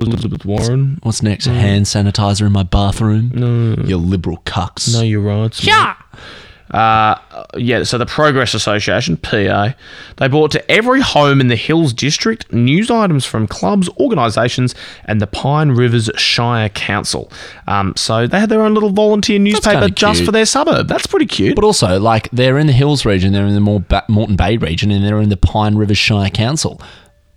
Speaker 5: Elizabeth Warren.
Speaker 6: What's next?
Speaker 5: Mm.
Speaker 6: A hand sanitizer in my bathroom? No. You liberal cucks.
Speaker 5: No, you're right. Yeah. Uh, yeah, so the Progress Association, PA, they brought to every home in the Hills District news items from clubs, organisations, and the Pine Rivers Shire Council. Um, so they had their own little volunteer newspaper
Speaker 6: kinda
Speaker 5: just
Speaker 6: cute.
Speaker 5: for their suburb. That's pretty cute.
Speaker 6: But also, like, they're in the Hills region, they're in the more ba- Moreton Bay region, and they're in the Pine River Shire Council.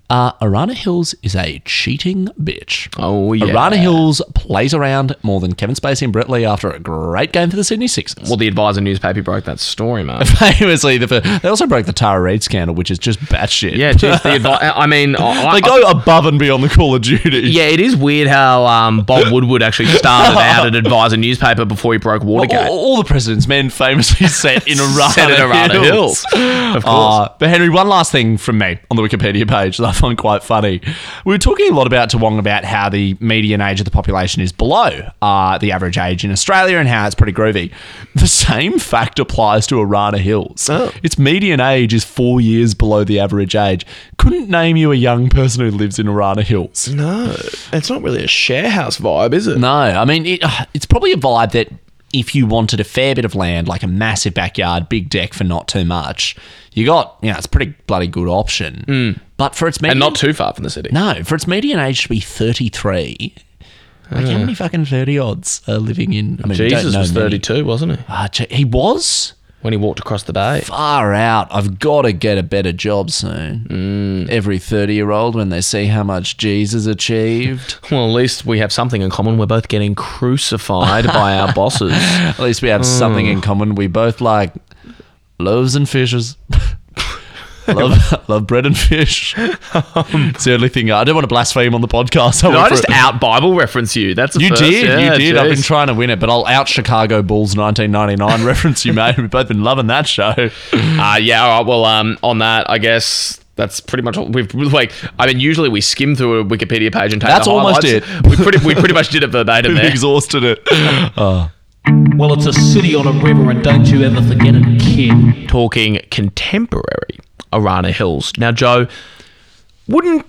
Speaker 6: Uh, Arana Hills is a cheating bitch.
Speaker 5: Oh, yeah.
Speaker 6: Arana Hills plays around more than Kevin Spacey and Brett Lee after a great game for the Sydney Sixers.
Speaker 5: well, the Advisor newspaper broke that story, man.
Speaker 6: (laughs) famously, the, fir- they also broke the Tara Reid scandal, which is just batshit.
Speaker 5: yeah, geez, the advi- I mean, I,
Speaker 6: (laughs) they
Speaker 5: I,
Speaker 6: go above and beyond the Call of Duty.
Speaker 5: Yeah, it is weird how um, Bob Woodward actually started out at Advisor newspaper before he broke
Speaker 6: All,
Speaker 5: Watergate.
Speaker 6: (laughs) all the president's men famously set in Arana,
Speaker 5: Set in Arana
Speaker 6: Hills.
Speaker 5: Hills.
Speaker 6: of course. but Henry, one last thing from me on the Wikipedia page that I find quite funny. We were talking a lot about Toowong about how the median age of the population is below uh, the average age in Australia and how it's pretty groovy. The same fact applies to Arana Hills. Its median age is four years below the average age. Couldn't name you a young person who lives in Arana Hills.
Speaker 1: No, it's not really a share house vibe, is it?
Speaker 6: No, I mean it, uh, it's probably a vibe that if you wanted a fair bit of land, like a massive backyard, big deck for not too much, you got you know it's a pretty bloody good option. But for its median,
Speaker 5: Mm. And not too far from the city.
Speaker 6: no, for its median age to be thirty three. Like how many fucking thirty odds are living in? I mean, we don't
Speaker 5: Ah. Jesus
Speaker 6: know
Speaker 5: was
Speaker 6: many.
Speaker 5: 32, wasn't he?
Speaker 6: Ah, gee, he was
Speaker 5: When he walked across the bay.
Speaker 6: far out. I've got to get a better job soon.
Speaker 5: Mm.
Speaker 6: Every thirty-year-old, when they see how much Jesus achieved,
Speaker 5: (laughs) Well, at least we have something in common. We're both getting crucified by (laughs) our bosses.
Speaker 6: At least we have something
Speaker 5: Oh.
Speaker 6: in common. We both like loaves and fishes. (laughs) love, (laughs) love bread and
Speaker 5: (laughs)
Speaker 6: fish. it's the only thing I don't want to blaspheme on the podcast. I
Speaker 5: Did
Speaker 6: went
Speaker 5: I
Speaker 6: for
Speaker 5: just
Speaker 6: it.
Speaker 5: out Bible reference you? That's a
Speaker 6: You
Speaker 5: first.
Speaker 6: did,
Speaker 5: Yeah,
Speaker 6: you did. I've been
Speaker 5: geez.
Speaker 6: trying to win it, but I'll out Chicago Bulls 1999 (laughs) reference you made. We've both been loving that show. (laughs)
Speaker 5: Uh, yeah, all right. Well, um, on that, I guess that's pretty much all we've like. I mean, usually we skim through a Wikipedia page and take
Speaker 6: That's
Speaker 5: the
Speaker 6: almost
Speaker 5: highlights.
Speaker 6: it.
Speaker 5: We pretty, we pretty much did it verbatim (laughs)
Speaker 6: We've
Speaker 5: there.
Speaker 6: exhausted it.
Speaker 7: Well, it's a city on a river, and don't you ever forget it, kid.
Speaker 5: talking contemporary Arana Hills. Now, Joe, wouldn't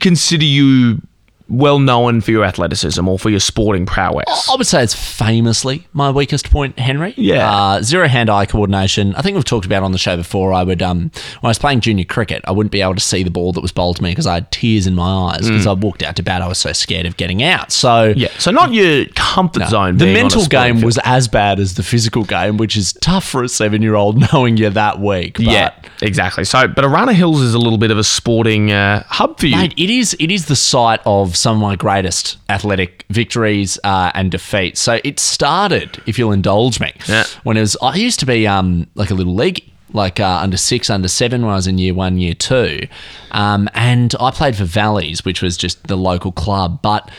Speaker 5: consider you well known for your athleticism or for your sporting prowess.
Speaker 6: I would say it's famously my weakest point, Henry.
Speaker 5: Yeah.
Speaker 6: Uh, zero hand eye coordination. I think we've talked about on the show before. I would, um, when I was playing junior cricket, I wouldn't be able to see the ball that was bowled to me because I had tears in my eyes because I walked out to bat. I was so scared of getting out. So,
Speaker 5: Mm. Yeah, so not your comfort zone.
Speaker 6: The
Speaker 5: being on a
Speaker 6: mental
Speaker 5: sporting
Speaker 6: game
Speaker 5: field.
Speaker 6: was as bad as the physical game, which is tough for a seven year old (laughs) knowing you're that weak. But
Speaker 5: yeah, exactly. So, but Arana Hills is a little bit of a sporting uh, hub for you.
Speaker 6: Mate, it is it is the site of some of my greatest athletic victories uh, and defeats. So it started, if you'll indulge me,
Speaker 5: Yeah.
Speaker 6: when it was. I used to be um like a little league, like uh, under six, under seven when I was in year one, year two, um, and I played for Valleys, which was just the local club, but.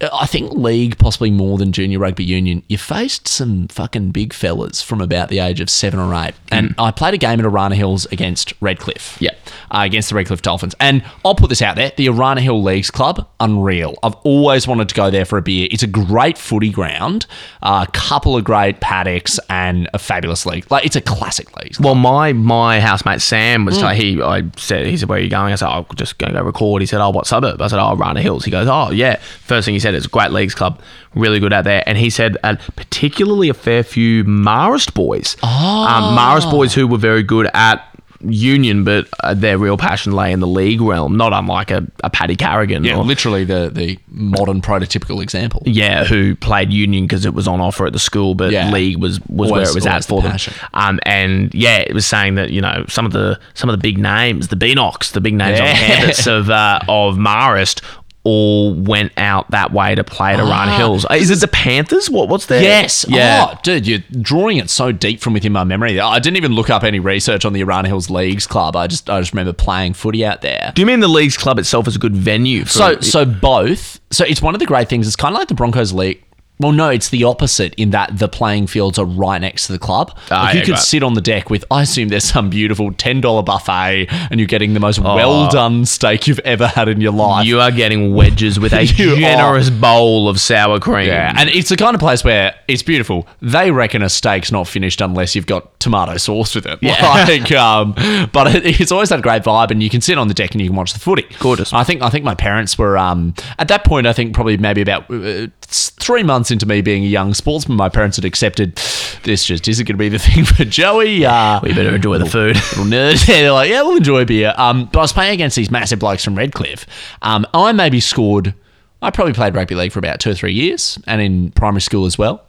Speaker 6: uh, I think league, possibly more than junior rugby union, you faced some fucking big fellas from about the age of seven or eight. And
Speaker 5: Mm.
Speaker 6: I played a game at Arana Hills against Redcliffe
Speaker 5: Yeah.
Speaker 6: uh, against the Redcliffe Dolphins. And I'll put this out there: the Arana Hill Leagues Club, unreal. I've always wanted to go there for a beer. It's a great footy ground, a couple of great paddocks, and a fabulous league. Like it's a classic league.
Speaker 5: Well, my my housemate Sam was like he I said he said where are you going? I said I'm just going to go record. He said oh what suburb? I said oh Rana Hills. He goes oh yeah. First thing he said is great leagues club, really good out there. And he said uh, particularly a fair few Marist boys, oh. um, Marist boys who were very good at union, but uh, their real passion lay in the league realm, not unlike a, a Paddy Carrigan.
Speaker 6: Yeah,
Speaker 5: or-
Speaker 6: literally the the modern prototypical example.
Speaker 5: yeah, who played union because it was on offer at the school, but
Speaker 6: Yeah.
Speaker 5: league was, was
Speaker 6: Always-
Speaker 5: where it was at
Speaker 6: always the
Speaker 5: for them.
Speaker 6: passion.
Speaker 5: Um, and yeah, it was saying that you know some of the some of the big names, the Beanox, the big names on
Speaker 6: Yeah. (laughs)
Speaker 5: campus of uh, of Marist. All went out that way to play at Iran Hills. Uh, Is it the Panthers? What? What's their?
Speaker 6: Ah. Yes.
Speaker 5: Yeah.
Speaker 6: Oh, dude, you're drawing it so deep from within my memory. I didn't even look up any research on the Iran Hills Leagues Club. I just I just remember playing footy out there.
Speaker 5: Do you mean the league's club itself is a good venue? For
Speaker 6: So so both. So it's one of the great things. It's kind of like the Broncos League. Well, no, it's the opposite in that the playing fields are right next to the club.
Speaker 5: Ah,
Speaker 6: Like, you
Speaker 5: yeah,
Speaker 6: could
Speaker 5: right.
Speaker 6: sit on the deck with, I assume there's some beautiful $10 buffet and you're getting the most well done steak you've ever had in your life.
Speaker 5: Oh. you are getting wedges with
Speaker 6: (laughs)
Speaker 5: a
Speaker 6: You are.
Speaker 5: generous bowl of sour cream.
Speaker 6: Yeah, and it's the kind of place where it's beautiful. They reckon a steak's not finished unless you've got tomato sauce with it. Like, um, but it, it's always that great vibe, and you can sit on the deck and you can watch the footy.
Speaker 5: Gorgeous.
Speaker 6: I think I think my parents were um, at that point. I think probably maybe about uh, s- three months into me being a young sportsman, my parents had accepted this just isn't going to be the (laughs) thing for Joey. Uh,
Speaker 5: we better enjoy the
Speaker 6: (laughs)
Speaker 5: food.
Speaker 6: little nerd. they're like, yeah, we'll enjoy beer. Um, but I was playing against these massive blokes from Redcliffe. Um, I maybe scored. I probably played rugby league for about two or three years, and in primary school as well.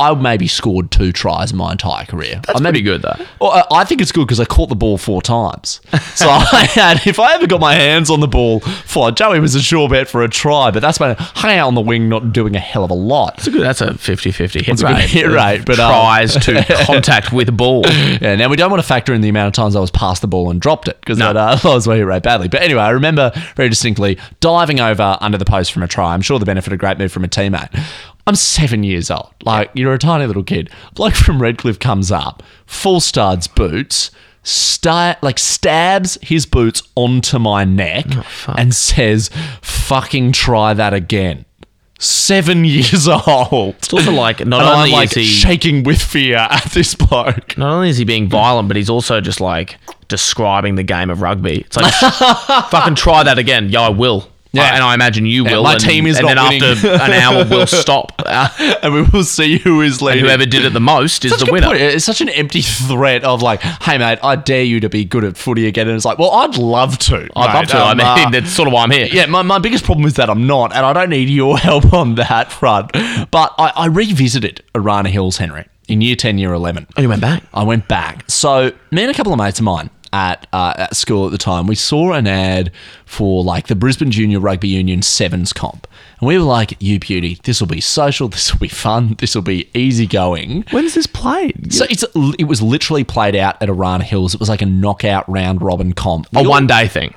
Speaker 6: I maybe scored two tries in my entire career.
Speaker 5: That's
Speaker 6: I maybe
Speaker 5: pretty good though.
Speaker 6: (laughs) well, I- I think it's good because I caught the ball four times. So (laughs) I had, if I ever got my hands on the ball, for Joey was a sure bet for a try, but that's my hang out on the wing, not doing a hell of a lot.
Speaker 5: That's a good. That's a 50-50 hit
Speaker 6: That's a
Speaker 5: rate.
Speaker 6: good (laughs) hit rate, but, um,
Speaker 5: tries
Speaker 6: (laughs)
Speaker 5: to contact with ball.
Speaker 6: Yeah, now we don't want to factor in the amount of times I was past the ball and dropped it because
Speaker 5: No.
Speaker 6: that, uh, (laughs) I was way right badly. But anyway, I remember very distinctly diving over under the post from a try. I'm sure the benefit of great move from a teammate. I'm seven years old. Like, you're a tiny little kid. Bloke from Redcliffe comes up, full studs, boots, sti- like stabs his boots onto my neck
Speaker 5: Oh,
Speaker 6: and says, fucking try that again. Seven (laughs) years old.
Speaker 5: It's also like not
Speaker 6: and I'm
Speaker 5: only
Speaker 6: like
Speaker 5: is he
Speaker 6: shaking with fear at this bloke.
Speaker 5: not only is he being violent, but he's also just like describing the game of rugby. It's like
Speaker 6: (laughs)
Speaker 5: fucking try that again. Yeah, I will.
Speaker 6: Yeah.
Speaker 5: I- and I imagine you will.
Speaker 6: my
Speaker 5: and,
Speaker 6: team is
Speaker 5: and
Speaker 6: not
Speaker 5: then after (laughs) an hour,
Speaker 6: (laughs)
Speaker 5: we'll stop. Uh,
Speaker 6: and we will see who is
Speaker 5: and
Speaker 6: leading.
Speaker 5: whoever did it the most is
Speaker 6: Such a
Speaker 5: the
Speaker 6: good
Speaker 5: winner.
Speaker 6: point. It's such an empty threat of like, hey mate, I dare you to be good at footy again, and it's like, well, I'd love to.
Speaker 5: I'd
Speaker 6: mate.
Speaker 5: love to.
Speaker 6: Um,
Speaker 5: I mean,
Speaker 6: uh,
Speaker 5: that's sort of why I'm here.
Speaker 6: yeah, my, my biggest problem is that I'm not, and I don't need your (laughs) help on that front. But I, I revisited Arana Hills, Henry, in year 10, year 11.
Speaker 5: Oh, you went back.
Speaker 6: I went back. So me and a couple of mates of mine at uh, at school at the time, we saw an ad for like the Brisbane Junior Rugby Union Sevens comp, and we were like, "You beauty, this will be social, (laughs) this will be fun, this will be easygoing."
Speaker 5: When's this played?
Speaker 6: So it's it was literally played out at Iran Hills. It was like a knockout round robin comp.
Speaker 5: A one day thing.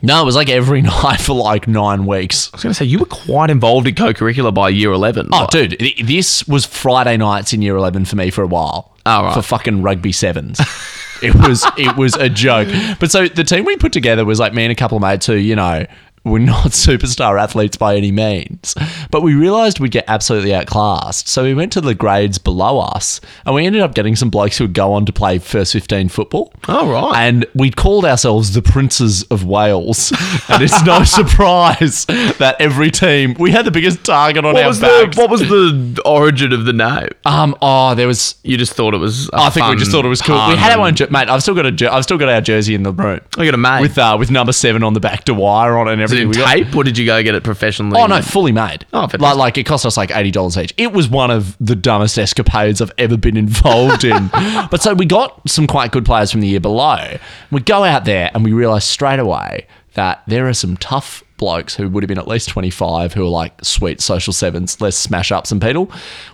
Speaker 6: No, it was like every (laughs) night for like nine weeks.
Speaker 5: I was going to say, you were quite involved in co curricular by year 11.
Speaker 6: Oh,
Speaker 5: Like,
Speaker 6: dude, th- this was Friday nights in year eleven for me for a while.
Speaker 5: Oh, right.
Speaker 6: for fucking rugby sevens. (laughs) it was it was a joke. But so the team we put together was like me and a couple of mates who you know were (laughs) not superstar athletes by any means, but we realised we'd get absolutely outclassed. So we went to the grades below us, and we ended up getting some blokes who would go on to play first fifteen football.
Speaker 5: Oh, right.
Speaker 6: And we called ourselves the Princes of Wales, and it's no (laughs) surprise that every team we had the biggest target on
Speaker 5: What
Speaker 6: our
Speaker 5: was, the,
Speaker 6: backs.
Speaker 5: what was the origin of the name?
Speaker 6: Um. Oh, there was. oh,
Speaker 5: You just thought it was. I
Speaker 6: I think we just thought it was cool. We had our own, jer- mate. I've still got a. Jer- I've still got our jersey in the room
Speaker 5: I got a mate.
Speaker 6: with uh with number seven on the back, Dwyer on it and
Speaker 5: Is it
Speaker 6: everything.
Speaker 5: in
Speaker 6: We got-
Speaker 5: tape, or did you go get it professionally?
Speaker 6: Oh no, fully made.
Speaker 5: Oh,
Speaker 6: like
Speaker 5: fantastic.
Speaker 6: like it cost us like eighty dollars each. It was one of the dumbest escapades I've ever been (laughs) involved in. But so we got some quite good players from the year below. We go out there and we realise straight away that there are some tough blokes who would have been at least 25 who are like sweet social sevens let's smash up some people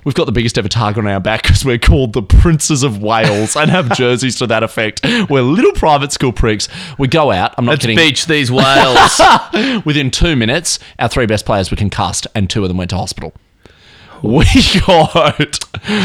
Speaker 6: we've got the biggest ever target on our back (laughs) because we're called the princes of wales and have jerseys to that effect we're little private school pricks we go out i'm not
Speaker 5: Let's
Speaker 6: kidding
Speaker 5: beach these (laughs) whales.
Speaker 6: Within two minutes, our three best players were concussed, and two of them went to hospital. We (laughs) got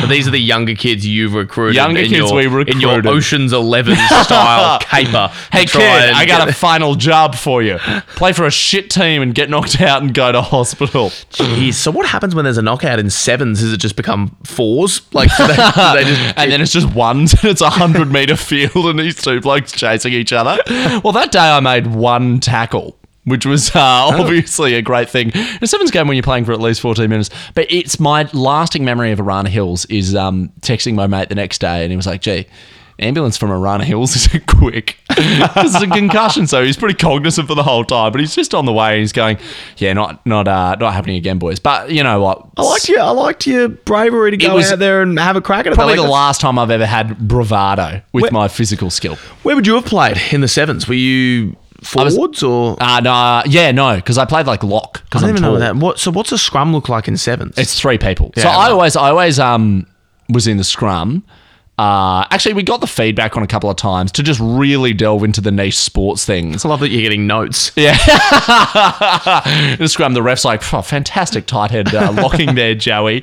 Speaker 5: so these are the younger kids you've recruited.
Speaker 6: Younger
Speaker 5: in
Speaker 6: kids
Speaker 5: your,
Speaker 6: we
Speaker 5: In your
Speaker 6: recruited.
Speaker 5: Ocean's Eleven (laughs) style caper.
Speaker 6: hey
Speaker 5: to try
Speaker 6: kid,
Speaker 5: and
Speaker 6: I got
Speaker 5: get-
Speaker 6: a final job for you. Play for a shit team and get knocked out and go to hospital.
Speaker 5: (laughs) Jeez, so what happens when there's a knockout in sevens? Does it just become fours? Like (laughs) do they, do they just
Speaker 6: And then it's just ones, (laughs) and it's a hundred meter field, and these two blokes chasing each other. Well, that day I made one tackle. Which was uh, obviously a great thing. In a sevens game when you're playing for at least 14 minutes. But it's my lasting memory of Arana Hills is um, texting my mate the next day, and he was like, gee, ambulance from Arana Hills (laughs) isn't quick. this is a concussion, so he's pretty cognizant for the whole time. But he's just on the way. And he's going, yeah, not not uh, not happening again, boys. But you know what?
Speaker 1: I liked your I liked your bravery to go
Speaker 6: was
Speaker 1: out there and have a crack at it.
Speaker 6: Probably
Speaker 1: Like,
Speaker 6: the
Speaker 1: that's-
Speaker 6: last time I've ever had bravado with
Speaker 1: Where-
Speaker 6: my physical skill.
Speaker 1: Where would you have played in the sevens? Were you
Speaker 6: was-
Speaker 1: forwards or?
Speaker 6: Uh, no, yeah, no, because I played like lock.
Speaker 1: I
Speaker 6: Because
Speaker 1: don't
Speaker 6: I'm
Speaker 1: even know
Speaker 6: tall.
Speaker 1: that. What? So what's a scrum look like in sevens?
Speaker 6: It's three people. so
Speaker 1: Yeah,
Speaker 6: I
Speaker 1: right.
Speaker 6: always, I always um was in the scrum. Uh, actually, we got the feedback on a couple of times to just really delve into the niche sports things.
Speaker 5: I love that you're getting notes.
Speaker 6: Yeah. (laughs) the scrum, the ref's like, "Phew, fantastic tight head uh, locking there, Joey.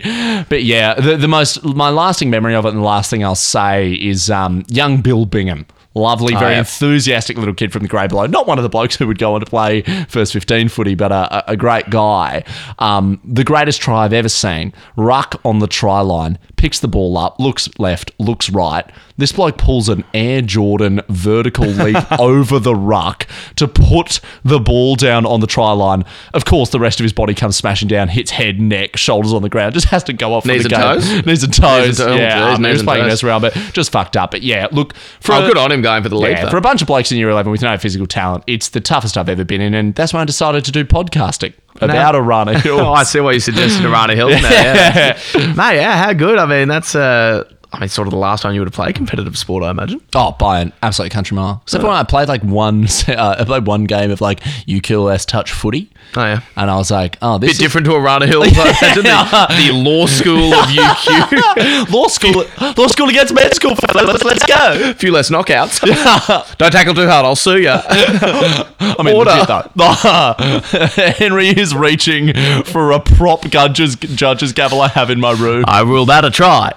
Speaker 6: But yeah, the, the most, my lasting memory of it and the last thing I'll say is um, young Bill Bingham. Lovely, very
Speaker 5: yeah.
Speaker 6: enthusiastic little kid from the Grey Below. Not one of the blokes who would go on to play first 15 footy, but a, a a great guy. Um, the greatest try I've ever seen. Ruck on the try line, picks the ball up, looks left, looks right. This bloke pulls an Air Jordan
Speaker 5: (laughs)
Speaker 6: vertical leap over the ruck to put the ball down on the try line. Of course, the rest of his body comes smashing down, hits head, neck, shoulders on the ground, just has to go off for
Speaker 5: Knees
Speaker 6: the
Speaker 5: and
Speaker 6: game. (laughs)
Speaker 5: toes?
Speaker 6: Knees and toes.
Speaker 5: Knees and toes.
Speaker 6: Yeah,
Speaker 5: Jeez,
Speaker 6: um, he
Speaker 5: knees
Speaker 6: was
Speaker 5: and
Speaker 6: playing
Speaker 5: toes.
Speaker 6: this round, but just fucked up. But yeah, look. For
Speaker 5: Oh,
Speaker 6: a-
Speaker 5: good on him going for the lead.
Speaker 6: yeah, for a bunch of blokes in year 11 with no physical talent, it's the toughest I've ever been in. And that's when I decided to do podcasting about a
Speaker 5: (laughs)
Speaker 6: runner hill.
Speaker 5: Oh, I see why you suggested Arana Hill. now, yeah. Mate, yeah, how good. I mean, that's uh, I mean, sort of the last time you would have played competitive sport, I imagine.
Speaker 6: Oh, by an absolute country mile. Except for when I played like one, (laughs) uh, I played one game of like UQLS touch footy.
Speaker 5: Oh, yeah.
Speaker 6: And I was like, oh, this
Speaker 5: Bit
Speaker 6: is
Speaker 5: different to Arana (laughs) Hill, I imagine. The, the law school of UQ. (laughs)
Speaker 6: law school. law school against med school. (laughs) Let's, let's go.
Speaker 5: a few less
Speaker 6: (laughs)
Speaker 5: knockouts. Don't tackle too hard, I'll sue you.
Speaker 6: I mean,
Speaker 5: Order.
Speaker 6: legit though. (laughs) Henry is reaching for a prop judges judges gavel I have in my room.
Speaker 5: I ruled that a try.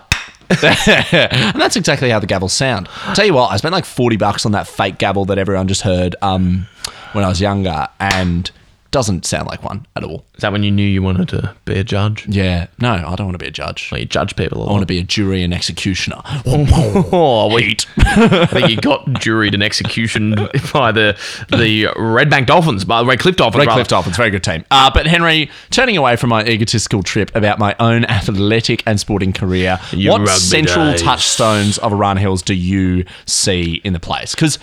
Speaker 6: (laughs) and that's exactly how the gavels sound. I'll tell you what, I spent like 40 bucks on that fake gavel that everyone just heard um, when I was younger and doesn't sound like one at all.
Speaker 5: Is that when you knew you wanted to be a judge?
Speaker 6: Yeah. No, I don't want to be a judge.
Speaker 5: Well, you judge people a lot.
Speaker 6: I want to be a jury and (laughs) executioner.
Speaker 5: (laughs) Oh, wait. I think he got juried and executioned by the the Red Bank Dolphins, by the Red Cliff Dolphins. rather.
Speaker 6: Redcliffe Dolphins, very good team. Uh, but Henry, turning away from my egotistical trip about my own athletic and sporting career,
Speaker 5: Your
Speaker 6: what
Speaker 5: rugby
Speaker 6: central
Speaker 5: days.
Speaker 6: touchstones of Iran Hills do you see in the place? Because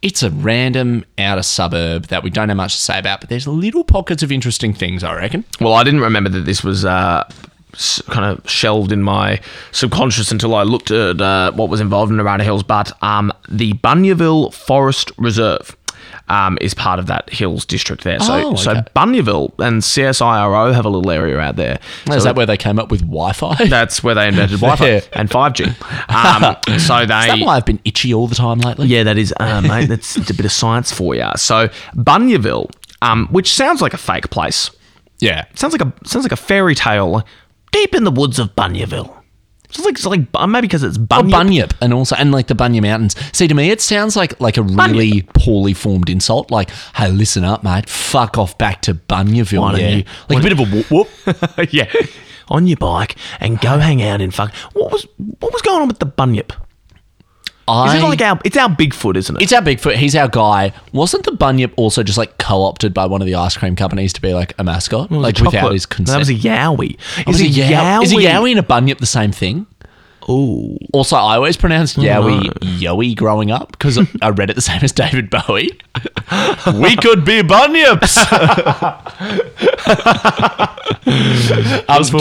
Speaker 6: it's a random outer suburb that we don't have much to say about, but there's little pockets of interesting things, I reckon.
Speaker 5: Well, I didn't remember that this was uh, s- kind of shelved in my subconscious until I looked at uh, what was involved in Narada Hills. But um, the Bunyaville Forest Reserve um, is part of that hills district there. So,
Speaker 6: Oh,
Speaker 5: so
Speaker 6: okay.
Speaker 5: Bunyaville and CSIRO have a little area out there.
Speaker 6: Is
Speaker 5: So
Speaker 6: that where they came up with Wi Fi? Is
Speaker 5: that's where they invented
Speaker 6: (laughs)
Speaker 5: Wi-Fi
Speaker 6: Yeah.
Speaker 5: and 5G.
Speaker 6: (laughs)
Speaker 5: Um, so they
Speaker 6: that why I've been itchy all the time lately?
Speaker 5: yeah, that is, uh, mate. That's it's a bit of science for you. So Bunyaville, um, which sounds like a fake place,
Speaker 6: Yeah.
Speaker 5: sounds like a sounds like a fairy tale, deep in the woods of Bunyaville. Sounds like it's like bu- maybe because it's
Speaker 6: Oh,
Speaker 5: Bunyip.
Speaker 6: Bunyip, and also and like the Bunyip Mountains. See, to me, it sounds like like a really poorly formed insult. Like, hey, listen up, mate. Fuck off back to Bunyipville.
Speaker 5: Why don't
Speaker 6: yeah.
Speaker 5: you-
Speaker 6: like a bit of a whoop
Speaker 5: (laughs)
Speaker 6: whoop.
Speaker 5: (laughs) yeah, on your bike and go hang out in fuck. What was what was going on with the Bunyip? Is
Speaker 6: I,
Speaker 5: it like our it's our Bigfoot, isn't it?
Speaker 6: it's our Bigfoot. He's our guy. Wasn't the Bunyip also just like co-opted by one of the ice cream companies to be like a mascot,
Speaker 5: It was a
Speaker 6: like without
Speaker 5: chocolate.
Speaker 6: his
Speaker 5: No,
Speaker 6: consent?
Speaker 5: That was a yowie.
Speaker 6: Oh, is, a yowie? is a yowie and a bunyip the same thing?
Speaker 5: Ooh.
Speaker 6: Also, I always pronounced Yowie Yowie growing up because I read it the same as David
Speaker 5: (laughs)
Speaker 6: Bowie. we could be bunyips. I was
Speaker 5: yeah,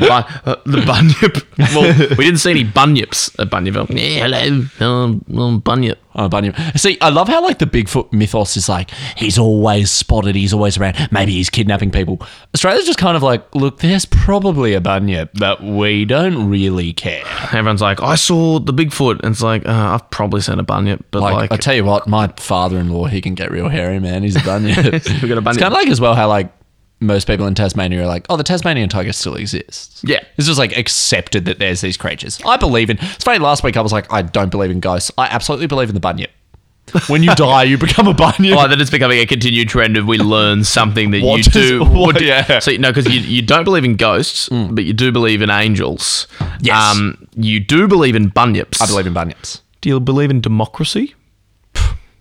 Speaker 5: bun- uh, the bunyip. Well, we didn't see any bunyips at Bunyipville. Yeah, hello, um, um, bunyip.
Speaker 6: Oh, bunyip. See, I love how like the Bigfoot mythos is like he's always spotted, he's always around. Maybe he's kidnapping people. Australia's just kind of like, look, there's probably a bunyip, but we don't really care.
Speaker 5: Everyone's like, I saw the Bigfoot, and it's like, uh, I've probably seen a bunyip, but
Speaker 6: Like,
Speaker 5: like,
Speaker 6: I tell you what, my father-in-law, he can get real hairy, man. He's a bunyip.
Speaker 5: (laughs) We got a
Speaker 6: It's
Speaker 5: bunyip.
Speaker 6: kind of like as well how like most people in Tasmania are like, oh, the Tasmanian tiger still exists.
Speaker 5: Yeah.
Speaker 6: it's just like accepted that there's these creatures. I believe in. It's funny. Last week I was like, I don't believe in ghosts. I absolutely believe in the bunyip. When
Speaker 5: (laughs)
Speaker 6: you die, you become a bunyip.
Speaker 5: Oh, that it's becoming a continued trend of we learn something that
Speaker 6: What
Speaker 5: you
Speaker 6: does-
Speaker 5: do. (laughs)
Speaker 6: what-
Speaker 5: would-
Speaker 6: yeah.
Speaker 5: So, no, because you, you don't believe in ghosts, but you do believe in angels.
Speaker 6: Hmm. Yes.
Speaker 5: Um, you do believe in bunyips.
Speaker 6: I believe in bunyips.
Speaker 5: Do you believe in democracy?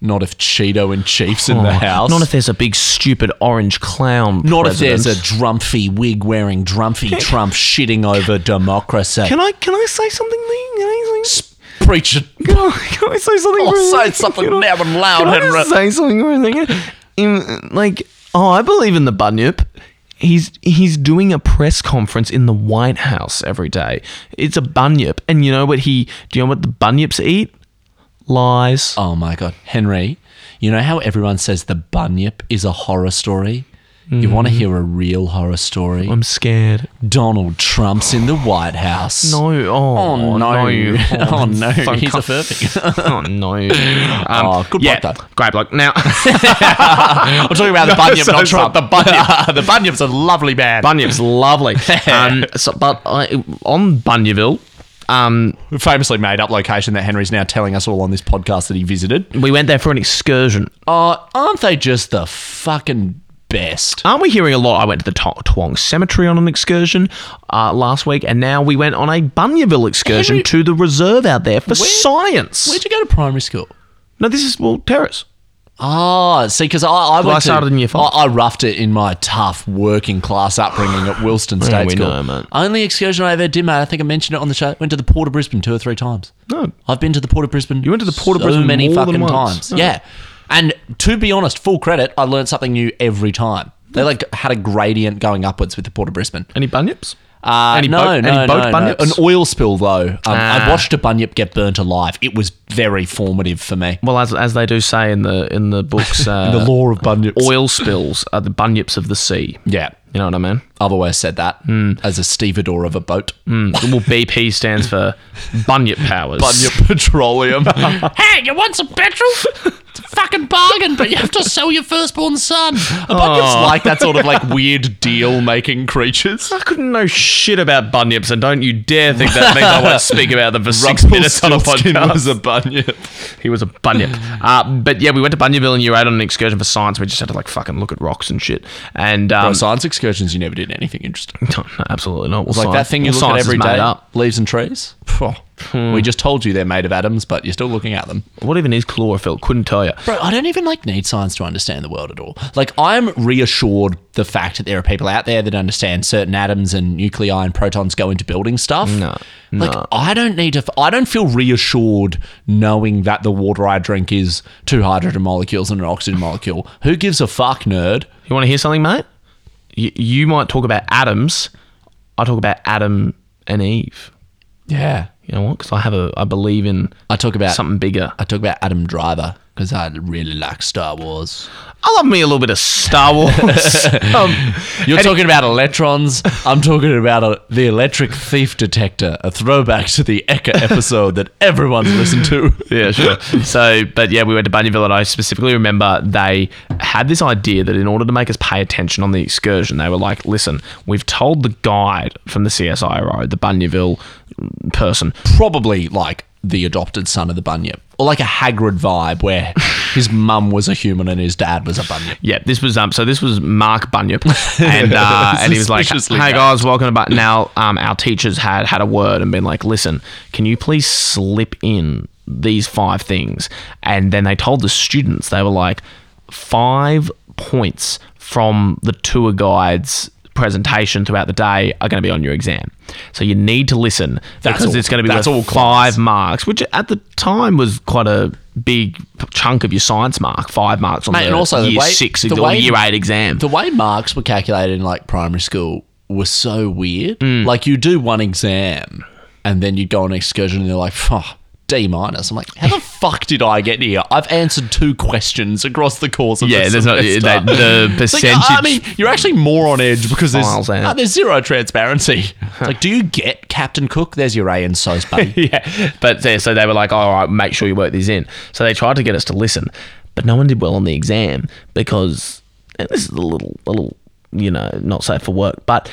Speaker 6: Not if Cheeto and Chief's in the house.
Speaker 5: Not if there's a big stupid orange clown.
Speaker 6: Not
Speaker 5: president.
Speaker 6: if there's a drumpy wig wearing drumpy Trump shitting over democracy.
Speaker 1: Can I can I say something? Lee? Can I say-
Speaker 6: Preach it.
Speaker 1: Can I, can I say something?
Speaker 6: I'll
Speaker 1: for a
Speaker 6: Oh, say
Speaker 1: second?
Speaker 6: something
Speaker 1: Can I-
Speaker 6: loud and loud,
Speaker 1: Can I
Speaker 6: Henry.
Speaker 1: just say something for a second? In, like, oh, I believe in the bunyip. He's he's doing a press conference in the White House every day. It's a bunyip, and you know what he? Do you know what the bunyips eat? Lies.
Speaker 6: Oh my God. Henry, you know how everyone says the bunyip is a horror story? You want to hear a real horror story?
Speaker 1: I'm scared.
Speaker 6: Donald Trump's in the White House.
Speaker 1: No. Oh,
Speaker 6: Oh, no.
Speaker 1: Oh,
Speaker 6: (laughs) Oh, no.
Speaker 1: so
Speaker 6: He's a
Speaker 1: com- (laughs)
Speaker 5: (laughs)
Speaker 1: oh no. Um,
Speaker 6: Oh, good
Speaker 5: yeah,
Speaker 6: block, though.
Speaker 5: great block. Now,
Speaker 6: (laughs)
Speaker 1: (laughs)
Speaker 6: I'm talking about the bunyip,
Speaker 5: so
Speaker 6: not
Speaker 5: it's
Speaker 6: Trump. The bunyip. (laughs) the bunyip's a lovely band. (laughs)
Speaker 5: Bunyip's lovely. Um, so, but I, on Bunyaville, um,
Speaker 6: Famously made up location that Henry's now telling us all on this podcast that he visited.
Speaker 5: we went there for an excursion.
Speaker 6: Uh, aren't they just the fucking best?
Speaker 5: Aren't we hearing a lot? I went to the To- Twong Cemetery on an excursion uh, last week, and now we went on a Bunyaville excursion
Speaker 6: Henry-
Speaker 5: to the reserve out there for science.
Speaker 6: Where'd you go to primary school?
Speaker 5: no, this is well terrace.
Speaker 6: Ah, see, because I, I, went
Speaker 5: I started
Speaker 6: to,
Speaker 5: in year five.
Speaker 6: I, I roughed it in my tough working class upbringing at Wilston State
Speaker 5: we
Speaker 6: School.
Speaker 5: know, mate.
Speaker 6: Only excursion I ever did, mate. I think I mentioned it on the show. Went to the Port of Brisbane two or three times.
Speaker 5: No.
Speaker 6: I've been to the Port of Brisbane.
Speaker 5: You went to the Port of
Speaker 6: so
Speaker 5: Brisbane
Speaker 6: many
Speaker 5: more
Speaker 6: fucking
Speaker 5: than once. Oh.
Speaker 6: times. Yeah, and to be honest, full credit, I learned something new every time. They like had a gradient going upwards with the Port of Brisbane.
Speaker 5: Any bunyips?
Speaker 6: Uh,
Speaker 5: Any
Speaker 6: no,
Speaker 5: boat-
Speaker 6: no,
Speaker 5: any boat
Speaker 6: no, no.
Speaker 5: bunyips?
Speaker 6: An oil spill though. Um, I
Speaker 5: Ah.
Speaker 6: watched a bunyip get burnt alive. It was very formative for me.
Speaker 5: Well, as, as they do say in the in
Speaker 6: (laughs)
Speaker 5: the books, uh,
Speaker 6: the law of bunyips.
Speaker 5: oil spills are the bunyips of the sea.
Speaker 6: Yeah.
Speaker 5: You know what I mean?
Speaker 6: I've always said that
Speaker 5: Hmm.
Speaker 6: as a stevedore of a boat. (laughs)
Speaker 5: Mm. Well, BP stands for bunyip powers. (laughs)
Speaker 6: petroleum.
Speaker 8: Hey, you want some petrol? It's a fucking bargain, but you have to sell your firstborn son.
Speaker 6: Bunyip's like that sort of
Speaker 5: (laughs)
Speaker 6: like weird deal making creatures.
Speaker 5: I couldn't know shit about bunyips, and don't you dare think that means I
Speaker 6: (laughs)
Speaker 5: want to speak about them for six minutes on a
Speaker 6: Rumpelstiltskin
Speaker 5: podcast.
Speaker 6: was a bunyip.
Speaker 5: he was
Speaker 6: (laughs)
Speaker 5: a bunyip. Uh, but yeah, we went to Bunyipville and you had on an excursion for science. We just had to like fucking look at rocks and shit. And um,
Speaker 6: On Oh, science (laughs) excursions, you never did anything interesting. It
Speaker 5: no, no, absolutely not.
Speaker 6: was like that thing you look at every day, leaves and trees. Hmm.
Speaker 5: Phew.
Speaker 6: We just told you they're made of atoms, but you're still looking at them.
Speaker 5: What even is chlorophyll? Couldn't tell you.
Speaker 6: Bro, I don't even like need science to understand the world at all. Like I'm reassured the fact that there are people out there that understand certain atoms and nuclei and protons go into building stuff. No. Like I don't need to f- I don't feel reassured knowing that the water I drink is two hydrogen molecules and an oxygen molecule. Who gives a fuck, nerd?
Speaker 5: You want to hear something, mate? You, you might talk about atoms. I talk about Adam and Eve.
Speaker 6: Yeah.
Speaker 5: You know what? Because I have a, I believe in
Speaker 6: I talk about
Speaker 5: something bigger.
Speaker 6: I talk about Adam Driver because I really like Star Wars.
Speaker 5: I love me a little bit of
Speaker 6: (laughs)
Speaker 5: Star Wars. um,
Speaker 6: You're talking about electrons. I'm talking about a, the electric thief detector, a throwback to the Eka episode that everyone's listened to.
Speaker 5: (laughs) yeah, sure. So, but yeah, we went to Bunyaville, and I specifically remember they had this idea that in order to make us pay attention on the excursion, they were like, "Listen, we've told the guide from the CSIRO, the Bunyaville person,
Speaker 6: Probably like the adopted son of the bunyip, or like a Hagrid vibe where his mum was a human and his dad was a bunyip.
Speaker 5: Yeah, this was um. So this was Mark Bunyip, and
Speaker 6: (laughs)
Speaker 5: uh, and he was like, "Hey
Speaker 6: Suspiciously bad.
Speaker 5: guys, welcome to." But now, um, our teachers had had a word and been like, "Listen, can you please slip in these five things?" And then they told the students they were like, five points from the tour guide's presentation throughout the day are going to be on your exam. So you need to listen
Speaker 6: That's
Speaker 5: because
Speaker 6: all-
Speaker 5: it's going to be
Speaker 6: that's
Speaker 5: worth
Speaker 6: all
Speaker 5: five marks, which at the time was quite a big chunk of your science mark, five marks on
Speaker 6: Mate,
Speaker 5: the
Speaker 6: and also the
Speaker 5: year
Speaker 6: way-
Speaker 5: six
Speaker 6: the
Speaker 5: or
Speaker 6: way-
Speaker 5: year eight exam.
Speaker 6: The way marks were calculated in like primary school was so weird.
Speaker 5: Mm.
Speaker 6: Like you do one exam and then you go on an excursion and they're like, "Phew, D minus. I'm like, how the fuck did I get here? I've answered two questions across the course of
Speaker 5: yeah,
Speaker 6: the
Speaker 5: there's not
Speaker 6: semester.
Speaker 5: that, the
Speaker 6: (laughs) It's like,
Speaker 5: percentage.
Speaker 6: I mean, you're actually more on edge because there's
Speaker 5: Files out.
Speaker 6: uh, there's zero
Speaker 5: (laughs)
Speaker 6: transparency. It's like, do you get Captain Cook? There's your A and so's,
Speaker 5: (laughs)
Speaker 6: buddy.
Speaker 5: (laughs) yeah, but yeah, so they were like, "All right, make sure you work these in." So they tried to get us to listen, but no one did well on the exam because and this is a little, a little, you know, not safe for work, but.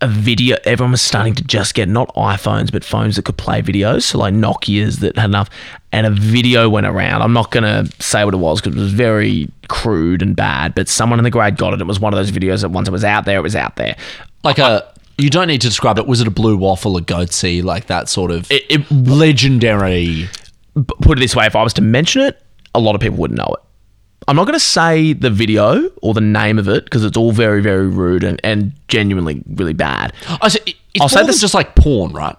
Speaker 5: a video. Everyone was starting to just get not iPhones, but phones that could play videos. So like Nokia's that had enough, and a video went around. I'm not gonna say what it was because it was very crude and bad. But someone in the grade got it. It was one of those videos that once it was out there, it was out there.
Speaker 6: like a. You don't need to describe it. Was it a blue waffle, a goatsey, like that sort of legendary?
Speaker 5: But put it this way, if I was to mention it, a lot of people wouldn't know it. I'm not going to say the video or the name of it because it's all very, very rude and, and genuinely really bad.
Speaker 6: I said, it- it's
Speaker 5: I'll say
Speaker 6: more than
Speaker 5: this-
Speaker 6: just like porn, right?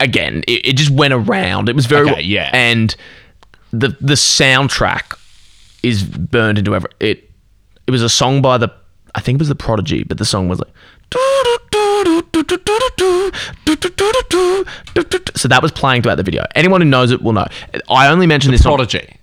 Speaker 5: Again, it, it just went around. It was very
Speaker 6: Okay, yeah.
Speaker 5: and the the soundtrack is burned into every it. It was a song by the I think it was the Prodigy, but the song was like. So that was playing throughout the video. Anyone who knows it will know. I only mentioned this, song-
Speaker 6: Prodigy.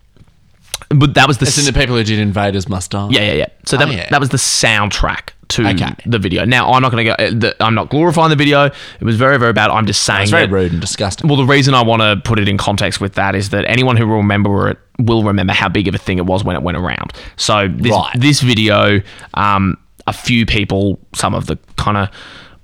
Speaker 5: but that was the
Speaker 6: It's in the people who did Invaders Must Die.
Speaker 5: Yeah, yeah, yeah. So that,
Speaker 6: Oh, yeah.
Speaker 5: that was the soundtrack to
Speaker 6: Okay.
Speaker 5: the video. Now I'm not going to go. uh, the- I'm not glorifying the video. It was very, very bad. I'm just saying.
Speaker 6: It's very
Speaker 5: that-
Speaker 6: rude and disgusting.
Speaker 5: Well, the reason I want to put it in context with that is that anyone who will remember it will remember how big of a thing it was when it went around. So this
Speaker 6: Right.
Speaker 5: this video, um, a few people, some of the kind of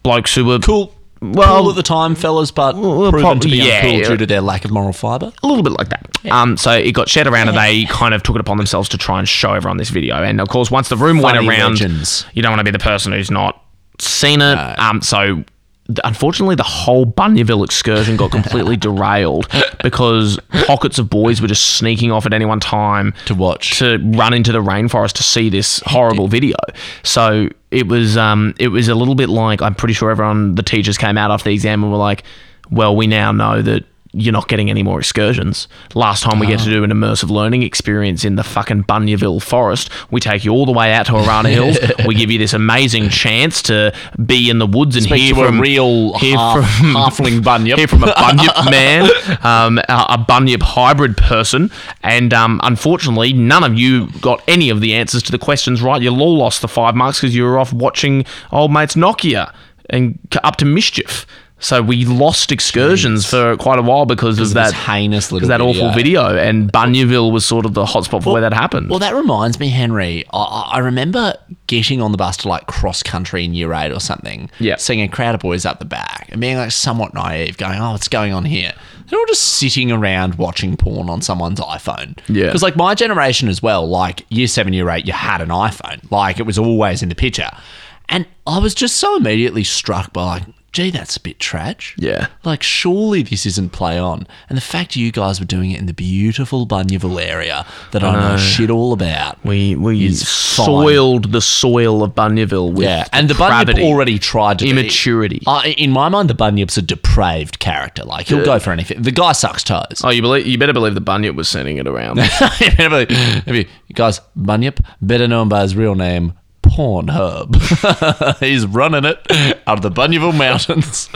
Speaker 5: blokes who were
Speaker 6: cool.
Speaker 5: Well-
Speaker 6: cool at the time, fellas, but
Speaker 5: Well,
Speaker 6: proven
Speaker 5: prob-
Speaker 6: to be
Speaker 5: yeah,
Speaker 6: uncool
Speaker 5: yeah.
Speaker 6: due to their lack of moral fibre.
Speaker 5: a little bit like that. Um, so it got shared around, and they kind of took it upon themselves to try and show everyone this video. And of course, once the room
Speaker 6: Funny
Speaker 5: went around,
Speaker 6: legends.
Speaker 5: you don't want to be the person who's not seen it. Um, so th- unfortunately, the whole Bunyaville excursion
Speaker 6: (laughs)
Speaker 5: got completely derailed because pockets of boys were just sneaking off at any one time
Speaker 6: To watch.
Speaker 5: to run into the rainforest to see this horrible video. So it was um, it was a little bit like I'm pretty sure everyone the teachers came out after the exam and were like, well, we now know that you're not getting any more excursions. Last time we get to do an immersive learning experience in the fucking Bunyaville forest, we take you all the way out to Arana Hills. we give you this amazing chance to be in the woods and
Speaker 6: Speak
Speaker 5: hear
Speaker 6: to a
Speaker 5: from
Speaker 6: real
Speaker 5: hear
Speaker 6: half-
Speaker 5: (laughs)
Speaker 6: halfling bunyip."
Speaker 5: hear from a
Speaker 6: (laughs)
Speaker 5: bunyip man, um, a, a bunyip hybrid person, and um, unfortunately, none of you got any of the answers to the questions right. You all lost the five marks because you were off watching old mates Nokia and c- up to mischief. So we lost excursions for quite a while because of
Speaker 6: of
Speaker 5: that
Speaker 6: this heinous little
Speaker 5: because that awful video, and Bunyaville was sort of the hotspot for where that happened.
Speaker 6: Well, that reminds me, Henry. I- I, I remember getting on the bus to like cross country in year eight or something.
Speaker 5: Yeah.
Speaker 6: Seeing a crowd of boys up the back and being like somewhat naive, going, "Oh, what's going on here?" They're all just sitting around watching porn on someone's iPhone.
Speaker 5: Yeah.
Speaker 6: Because like my generation as well, like year seven, year eight, you had an iPhone. Like it was always in the picture, and I was just so immediately struck by like, "Gee, that's a bit trash."
Speaker 5: Yeah.
Speaker 6: Like, surely this isn't play on. And the fact you guys were doing it in the beautiful Bunyaville area that I know shit all about.
Speaker 5: we we
Speaker 6: It's fine.
Speaker 5: soiled the soil of Bunyaville with
Speaker 6: yeah, and the Bunyip
Speaker 5: depravity.
Speaker 6: already tried to
Speaker 5: Immaturity.
Speaker 6: I in my mind, the Bunyip's a depraved character. Like he'll go for anything. The guy sucks toes. (laughs)
Speaker 5: Oh, you believe? You better believe the bunyip was sending it around.
Speaker 6: Maybe, guys, Bunyip, better known by his real name, Pornhub. (laughs) He's running it out of the Bunyipville
Speaker 5: (laughs)
Speaker 6: Mountains.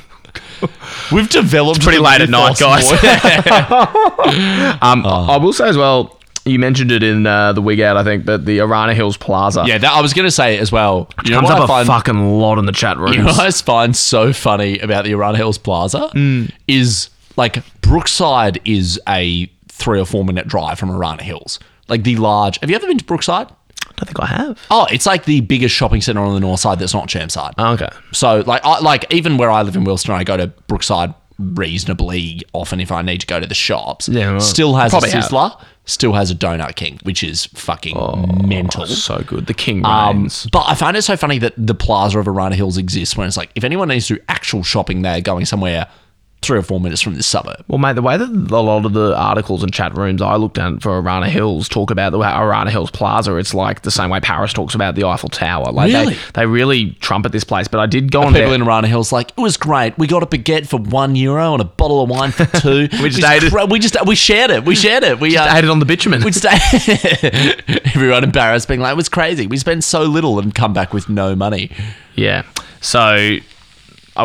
Speaker 6: We've developed
Speaker 5: It's pretty
Speaker 6: the
Speaker 5: late at night,
Speaker 6: mythos more.
Speaker 5: guys. (laughs) um,
Speaker 6: Oh.
Speaker 5: I will say as well, you mentioned it in uh, the wig out, I think, but the Arana Hills Plaza
Speaker 6: Yeah, that, I was going to say as well. You know
Speaker 5: comes
Speaker 6: what
Speaker 5: up
Speaker 6: I
Speaker 5: a
Speaker 6: find,
Speaker 5: fucking lot in the chat
Speaker 6: (laughs)
Speaker 5: rooms.
Speaker 6: you know what I find so funny about the Iran Hills Plaza
Speaker 5: Mm.
Speaker 6: is like Brookside is a three or four minute drive from Iran Hills. Like the large. Have you ever been to Brookside?
Speaker 5: I don't think I have.
Speaker 6: Oh, it's like the biggest shopping center on the north side that's not Chermside.
Speaker 5: Okay.
Speaker 6: So like I like even where I live in Wilston, I go to Brookside reasonably often if I need to go to the shops.
Speaker 5: Yeah, well,
Speaker 6: still has a
Speaker 5: probably have. Oh,
Speaker 6: Sizzler, still has a Donut King, which is fucking mental.
Speaker 5: So good. The king
Speaker 6: Um,
Speaker 5: reigns.
Speaker 6: but I find it so funny that the plaza of Arana Hills exists when it's like, if anyone needs to do actual shopping, they're going somewhere three or four minutes from this suburb.
Speaker 5: well, mate, the way that a lot of the articles and chat rooms I looked at for Arana Hills talk about the way Arana Hills Plaza, it's like the same way Paris talks about the Eiffel Tower. Like
Speaker 6: Really?
Speaker 5: They, they really trumpet this place. But I did go on
Speaker 6: People
Speaker 5: there.
Speaker 6: in Arana Hills like, it was great. We got a baguette for one euro and a bottle of wine for two.
Speaker 5: (laughs) We
Speaker 6: It
Speaker 5: just
Speaker 6: was
Speaker 5: ate it.
Speaker 6: cra- We just, we shared it. We shared it. We
Speaker 5: (laughs) I
Speaker 6: uh,
Speaker 5: had it on the bitumen.
Speaker 6: We just (laughs) everyone embarrassed, being like, it was crazy. We spent so little and come back with no money.
Speaker 5: (laughs) Yeah. So I,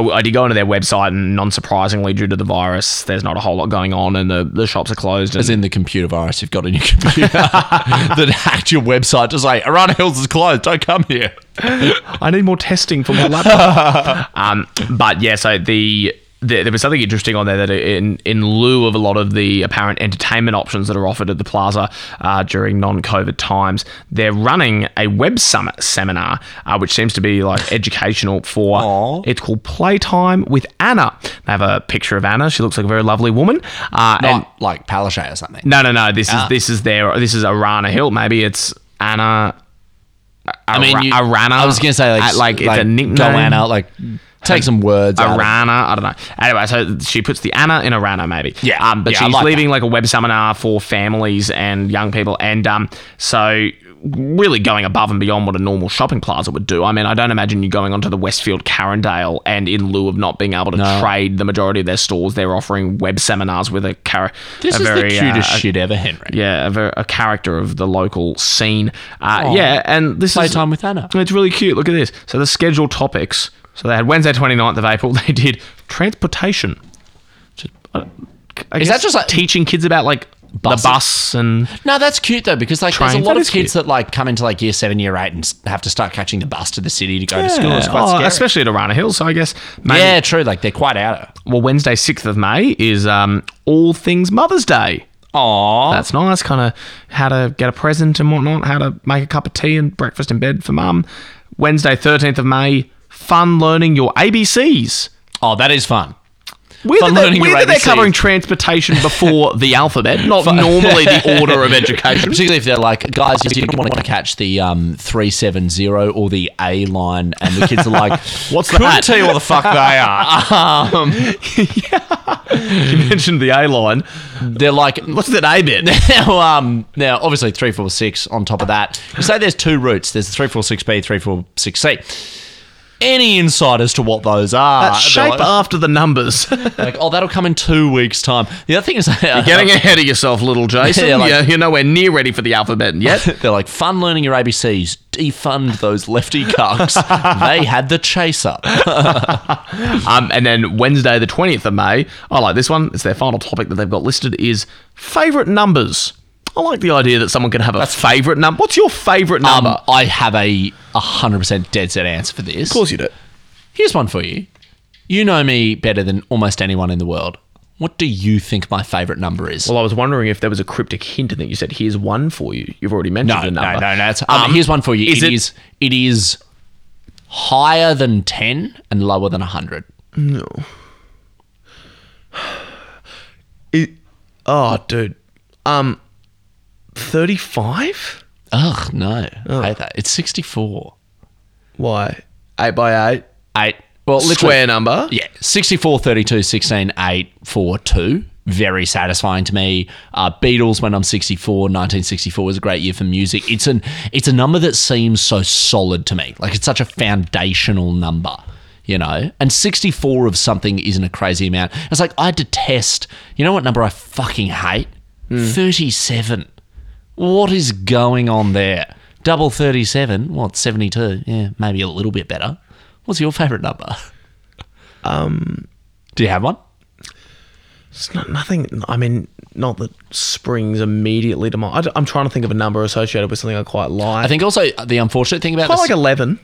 Speaker 5: I did go into their website, and non surprisingly, due to the virus, there's not a whole lot going on, and the, the shops are closed.
Speaker 6: As
Speaker 5: And
Speaker 6: in the computer virus you've got in your computer (laughs) that hacked your website to say, Arana Hills is closed. Don't come here.
Speaker 5: I need more testing for my laptop. (laughs) um, but yeah, so the. the- There was something interesting on there that, in in lieu of a lot of the apparent entertainment options that are offered at the plaza uh, during non-COVID times, they're running a web summit seminar, uh, which seems to be like educational for. It's called Playtime with Anna. They have a picture of Anna. She looks like a very lovely woman. Uh, and-
Speaker 6: Not like Palaszczuk or something.
Speaker 5: No, no, no. This is this is their this is Arana Hill. Maybe it's Anna I mean,
Speaker 6: you-
Speaker 5: a rana.
Speaker 6: I was gonna say like
Speaker 5: Uh,
Speaker 6: s-
Speaker 5: like, it's a nickname.
Speaker 6: Joanna, like take some words.
Speaker 5: a
Speaker 6: out of-
Speaker 5: rana. I don't know. Anyway, so she puts the Anna in a rana, maybe.
Speaker 6: Yeah.
Speaker 5: Um, but
Speaker 6: Yeah, I
Speaker 5: she's
Speaker 6: like
Speaker 5: leaving like a web seminar for families and young people, and um, so really going above and beyond what a normal shopping plaza would do. I mean, I don't imagine you going onto the Westfield Carindale and in lieu of not being able to trade the majority of their stores, they're offering web seminars with a car.
Speaker 6: This
Speaker 5: a
Speaker 6: is
Speaker 5: very,
Speaker 6: the
Speaker 5: uh,
Speaker 6: cutest
Speaker 5: a-
Speaker 6: shit ever, Henry.
Speaker 5: Yeah, a, ver- a character of the local scene. Uh, yeah, and this is
Speaker 6: Playtime Oh, with Anna.
Speaker 5: it's really cute. Look at this. So the scheduled topics. So they had Wednesday 29th of April. (laughs) They did transportation. Just, uh, I
Speaker 6: Is
Speaker 5: guess
Speaker 6: that just like-
Speaker 5: teaching kids about like
Speaker 6: Buses?
Speaker 5: the bus and
Speaker 6: No, that's cute though because like
Speaker 5: Train.
Speaker 6: there's a lot
Speaker 5: That
Speaker 6: of
Speaker 5: is
Speaker 6: kids that like come into like year seven, year eight, and s- have to start catching the bus to the city to go to school. It's quite
Speaker 5: Oh,
Speaker 6: scary.
Speaker 5: especially at Arana Hill? So I guess maybe,
Speaker 6: yeah, true. Like they're quite out.
Speaker 5: Well, Wednesday 6th of May is um, all things Mother's Day.
Speaker 6: Aww.
Speaker 5: That's nice. Kind of how to get a present and whatnot, how to make a cup of tea and breakfast in bed for mum. Wednesday 13th of May, fun learning your ABCs.
Speaker 6: Oh, that is fun. (clears throat)
Speaker 5: Weird
Speaker 6: Fun
Speaker 5: that, they,
Speaker 6: learning
Speaker 5: weird
Speaker 6: your
Speaker 5: that they're
Speaker 6: ABCs.
Speaker 5: covering transportation before
Speaker 6: (laughs)
Speaker 5: the alphabet, not normally the order of education.
Speaker 6: Particularly if they're like, guys, you don't want to catch the um, 370 or the A line, and the kids are like, what's Couldn't
Speaker 5: that?"
Speaker 6: tell you what the fuck
Speaker 5: (laughs)
Speaker 6: they are. (laughs)
Speaker 5: You mentioned the A line.
Speaker 6: They're like,
Speaker 5: What's that
Speaker 6: (laughs)
Speaker 5: A bit? Uh,
Speaker 6: now, um, now, obviously, 346 on top of that. You say there's two routes there's the 346B, 346C. Any insight as to what those are?
Speaker 5: That's
Speaker 6: They're
Speaker 5: shape
Speaker 6: like,
Speaker 5: after the numbers.
Speaker 6: like, oh, that'll come in two weeks' time. The other thing is, (laughs) you're
Speaker 5: Getting ahead of yourself, little
Speaker 6: (laughs)
Speaker 5: Jason.
Speaker 6: Yeah, like-
Speaker 5: you're, you're nowhere near ready for the alphabet yet.
Speaker 6: (laughs) They're like, fun learning your ABCs. Defund those lefty
Speaker 5: (laughs)
Speaker 6: cucks. they had the chase up.
Speaker 5: Um, and then Wednesday, the 20th of May, I like this one. It's their final topic that they've got listed is favourite numbers. I like the idea that someone can have a favourite number. What's your favourite number?
Speaker 6: Um, I have a 100% dead set answer for this. Of
Speaker 5: you do.
Speaker 6: Here's one for you. You know me better than almost anyone in the world. What do you think my favorite number is?
Speaker 5: Well, I was wondering if there was a cryptic hint and that you said, here's one for you. You've already mentioned a number.
Speaker 6: That's, um, here's one for you.
Speaker 5: is
Speaker 6: it
Speaker 5: it-
Speaker 6: is it is higher than 10 and lower than 100.
Speaker 5: It, oh, dude. Um, 35?
Speaker 6: Ugh, no. I hate that. It's 64.
Speaker 5: Why? 8 by 8
Speaker 6: 8. Well, literally,
Speaker 5: Square number?
Speaker 6: Yeah, 64, 32, 16, 8, 4, 2. Very satisfying to me. Uh, Beatles when I'm 64, 1964 was a great year for music. It's an it's a number that seems so solid to me. Like it's such a foundational number, you know. And 64 of something isn't a crazy amount. It's like I detest. You know what number I fucking hate? 37. What is going on there? Double 37. What 72? Yeah, maybe a little bit better. What's your favorite number? (laughs) Do you have one?
Speaker 5: It's not, nothing. I mean, not that springs immediately to mind. I d- I'm trying to think of a number associated with something I quite like.
Speaker 6: I think also the unfortunate thing about
Speaker 5: I
Speaker 6: this.
Speaker 5: like 11.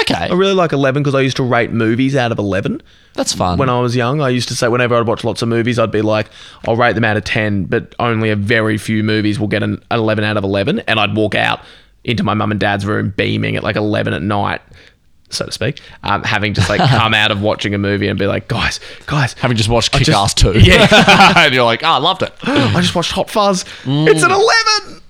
Speaker 6: okay,
Speaker 5: I really like 11 because I used to rate movies out of 11.
Speaker 6: that's fun.
Speaker 5: When I was young, I used to say whenever I'd watch lots of movies, I'd be like, I'll rate them out of 10, but only a very few movies will get an, an 11 out of 11. And I'd walk out into my mum and dad's room beaming at like 11 at night, so to speak, um, having just like come out of watching a movie and be like, guys, guys,
Speaker 6: Having just watched
Speaker 5: I
Speaker 6: Kick
Speaker 5: just-
Speaker 6: Ass 2.
Speaker 5: (laughs) Yeah.
Speaker 6: (laughs) and you're like, oh, I loved it.
Speaker 5: I just watched Hot Fuzz. It's an 11.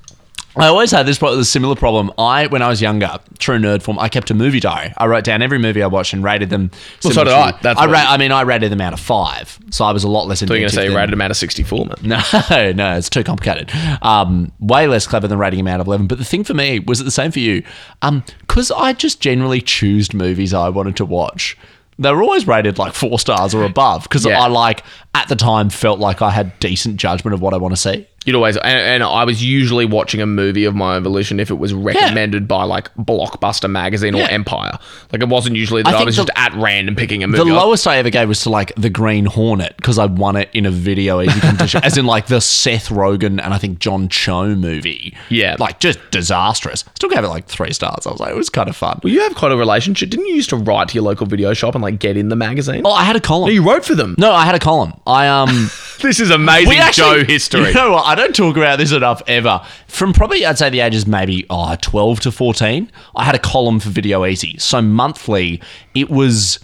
Speaker 6: I always had this pro- this similar problem. I, when I was younger, true nerd form, I kept a movie diary. I wrote down every movie I watched and rated them.
Speaker 5: Well, so
Speaker 6: similar
Speaker 5: did
Speaker 6: to-
Speaker 5: I. That's
Speaker 6: I,
Speaker 5: what-
Speaker 6: ra- I mean, I rated them out of five. So I was a lot less
Speaker 5: So
Speaker 6: inventive.
Speaker 5: you're going to say you
Speaker 6: than-
Speaker 5: rated him out of 64, man.
Speaker 6: (laughs) No, no, it's too complicated. Um, way less clever than rating him out of 11. But the thing for me was it the same for you? Because I just generally choosed movies I wanted to watch. They were always rated like four stars or above because
Speaker 5: Yeah.
Speaker 6: I like at the time felt like I had decent judgment of what I want to see.
Speaker 5: You'd always, and, and I was usually watching a movie of my own volition if it was recommended by like Blockbuster magazine or
Speaker 6: Yeah.
Speaker 5: Empire. Like it wasn't usually that
Speaker 6: I
Speaker 5: I,
Speaker 6: think
Speaker 5: was
Speaker 6: the-
Speaker 5: just at random picking a movie.
Speaker 6: The
Speaker 5: I-
Speaker 6: lowest I ever gave was to like the Green Hornet because I won it in a video
Speaker 5: (laughs)
Speaker 6: eating competition, as in like the Seth Rogen and I think John Cho movie.
Speaker 5: Yeah.
Speaker 6: like just disastrous. Still gave it like three stars. I was like, it was kind of fun.
Speaker 5: well, you have quite a relationship. Didn't you used to write to your local video shop and like get in the magazine?
Speaker 6: Oh, I had a column.
Speaker 5: no, you wrote for them.
Speaker 6: No, I had a column. I
Speaker 5: (laughs)
Speaker 6: um,
Speaker 5: This is amazing Joe
Speaker 6: (laughs)
Speaker 5: history.
Speaker 6: You know what? I don't talk about this enough ever. From probably I'd say the ages maybe oh, 12 to fourteen, I had a column for Video Easy. So monthly, it was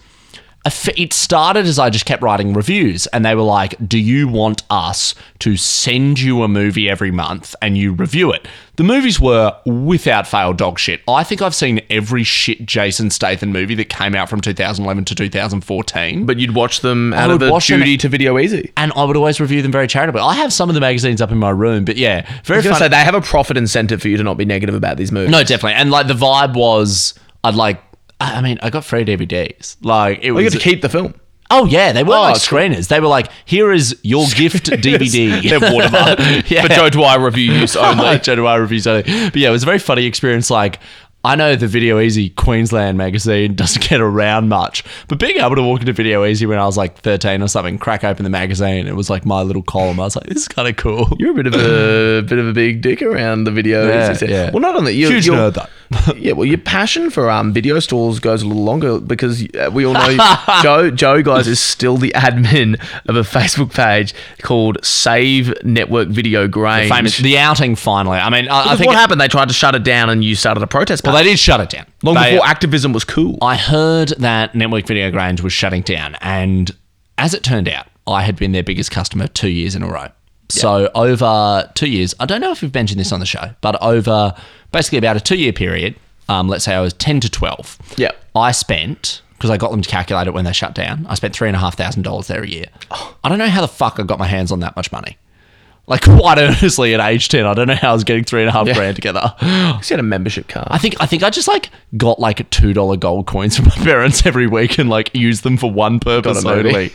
Speaker 6: eff- it started as I just kept writing reviews, and they were like, "Do you want us to send you a movie every month and you review it?" The movies were without fail dog shit. I think I've seen every shit Jason Statham movie that came out from 2011 to 2014.
Speaker 5: But you'd watch them
Speaker 6: I
Speaker 5: out of
Speaker 6: would
Speaker 5: a
Speaker 6: watch them-
Speaker 5: duty to video easy.
Speaker 6: and I would always review them very charitably. I have some of the magazines up in my room, but yeah, very
Speaker 5: I was going to
Speaker 6: funny.
Speaker 5: say, they have a profit incentive for you to not be negative about these movies.
Speaker 6: No, definitely. And like the vibe was, I'd like. I I mean, I got free DVDs. Like it
Speaker 5: Well, you
Speaker 6: was.
Speaker 5: get to keep the film.
Speaker 6: oh yeah, they were
Speaker 5: Oh,
Speaker 6: like
Speaker 5: it's cool.
Speaker 6: screeners. They were like, here is
Speaker 5: (laughs)
Speaker 6: your gift DVD. They're watermark. (laughs) yeah.
Speaker 5: But Joe Dwyer
Speaker 6: (laughs)
Speaker 5: review use only.
Speaker 6: January reviews only. But yeah, it was a very funny experience. Like, I know the Video Easy Queensland magazine (laughs) doesn't get around much, but being able to walk into Video Easy when I was like 13 or something, crack open the magazine, it was like my little column. I was like, this is kind of cool.
Speaker 5: You're a bit
Speaker 6: (laughs)
Speaker 5: of a bit of a big dick around the video.
Speaker 6: Yeah,
Speaker 5: easy.
Speaker 6: yeah.
Speaker 5: Well, not only you,
Speaker 6: Huge
Speaker 5: your-
Speaker 6: nerd, though. (laughs)
Speaker 5: yeah, well, your passion for um, video stalls goes a little longer because uh, we all know
Speaker 6: (laughs)
Speaker 5: Joe. Joe guys is still the admin of a Facebook page called Save Network Video Grain.
Speaker 6: Famous. The outing finally. I mean, I, I
Speaker 5: Because
Speaker 6: think.
Speaker 5: what happened? They tried to shut it down, and you started a protest.
Speaker 6: well,
Speaker 5: pact.
Speaker 6: they did shut it down.
Speaker 5: long
Speaker 6: They-
Speaker 5: before activism was cool.
Speaker 6: I heard that Network Video Grange was shutting down, and as it turned out, I had been their biggest customer two years in a row. So over two years, I don't know if we've mentioned this on the show, but over basically about a two-year period, um, let's say I was ten to twelve.
Speaker 5: Yeah.
Speaker 6: I spent because I got them to calculate it when they shut down. I spent three and a half thousand dollars there a year. I don't know how the fuck I got my hands on that much money. Like (laughs) quite honestly, at age ten, I don't know how I was getting three and a half grand together.
Speaker 5: 'Cause you had a membership card.
Speaker 6: I think I think I just like got like two dollar gold coins from my (laughs) parents every week and like used them for one purpose
Speaker 5: Got a
Speaker 6: only.
Speaker 5: movie.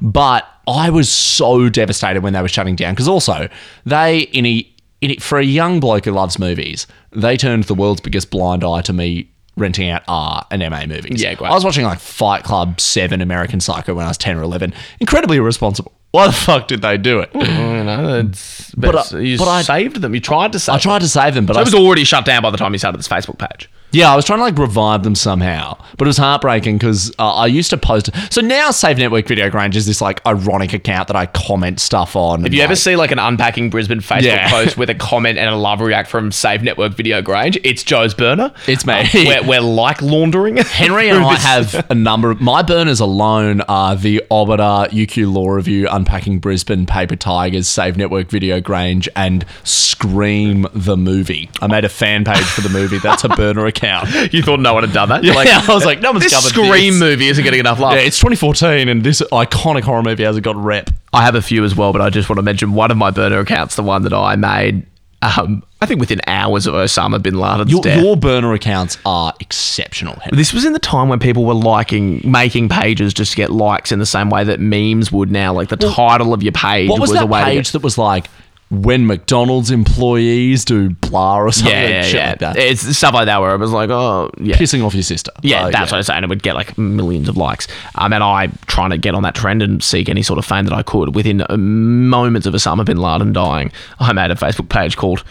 Speaker 6: But I was so devastated when they were shutting down because also they in a in it, for a young bloke who loves movies, they turned the world's biggest blind eye to me renting out R and MA movies.
Speaker 5: Yeah, great.
Speaker 6: I was watching like Fight Club, Seven, American Psycho when I was ten or eleven. Incredibly irresponsible. Why the fuck did they do it?
Speaker 5: you know, it's, but,
Speaker 6: But I-
Speaker 5: you
Speaker 6: but I-
Speaker 5: saved them. You tried to save.
Speaker 6: I tried to save them, but
Speaker 5: Them.
Speaker 6: I
Speaker 5: It was already shut down by the time you started this Facebook page.
Speaker 6: Yeah, I was trying to like revive them somehow, but it was heartbreaking because uh, I used to post. So now Save Network Video Grange is this like ironic account that I comment stuff on.
Speaker 5: If you ever see like an unpacking Brisbane Facebook
Speaker 6: Yeah.
Speaker 5: post (laughs) with a comment and a love react from Save Network Video Grange, it's Joe's burner.
Speaker 6: It's me.
Speaker 5: Uh, (laughs)
Speaker 6: (laughs)
Speaker 5: we're, we're like laundering.
Speaker 6: Henry
Speaker 5: (laughs)
Speaker 6: and I have a number of my burners alone are the Obiter, UQ Law Review, Unpacking Brisbane, Paper Tigers, Save Network Video Grange, and Scream the Movie. I made a fan page for the movie. That's a burner (laughs) account.
Speaker 5: you thought no one had done that.
Speaker 6: Yeah,
Speaker 5: (laughs)
Speaker 6: I was like, no one's
Speaker 5: this
Speaker 6: covered
Speaker 5: Scream
Speaker 6: this.
Speaker 5: movie isn't getting enough love.
Speaker 6: Yeah, it's 2014, and this iconic horror movie hasn't got a rep.
Speaker 5: I have a few as well, but I just want to mention one of my burner accounts, the one that I made. Um, I think within hours of Osama bin Laden's
Speaker 6: Your,
Speaker 5: death.
Speaker 6: your burner accounts are exceptional. Henry.
Speaker 5: This was in the time when people were liking, making pages just to get likes in the same way that memes would now. Like the title of your page
Speaker 6: What was,
Speaker 5: a
Speaker 6: that
Speaker 5: way to get-
Speaker 6: page that was like when McDonald's employees do blah or something?
Speaker 5: yeah, yeah,
Speaker 6: shit
Speaker 5: yeah.
Speaker 6: like that.
Speaker 5: It's stuff like that where it was like, oh, yeah.
Speaker 6: Pissing off your sister.
Speaker 5: Yeah,
Speaker 6: Like,
Speaker 5: that's what I say, and it would get like millions of likes. Um, and I trying to get on that trend and seek any sort of fame that I could. Within uh, moments of Osama bin Laden dying, I made a Facebook page called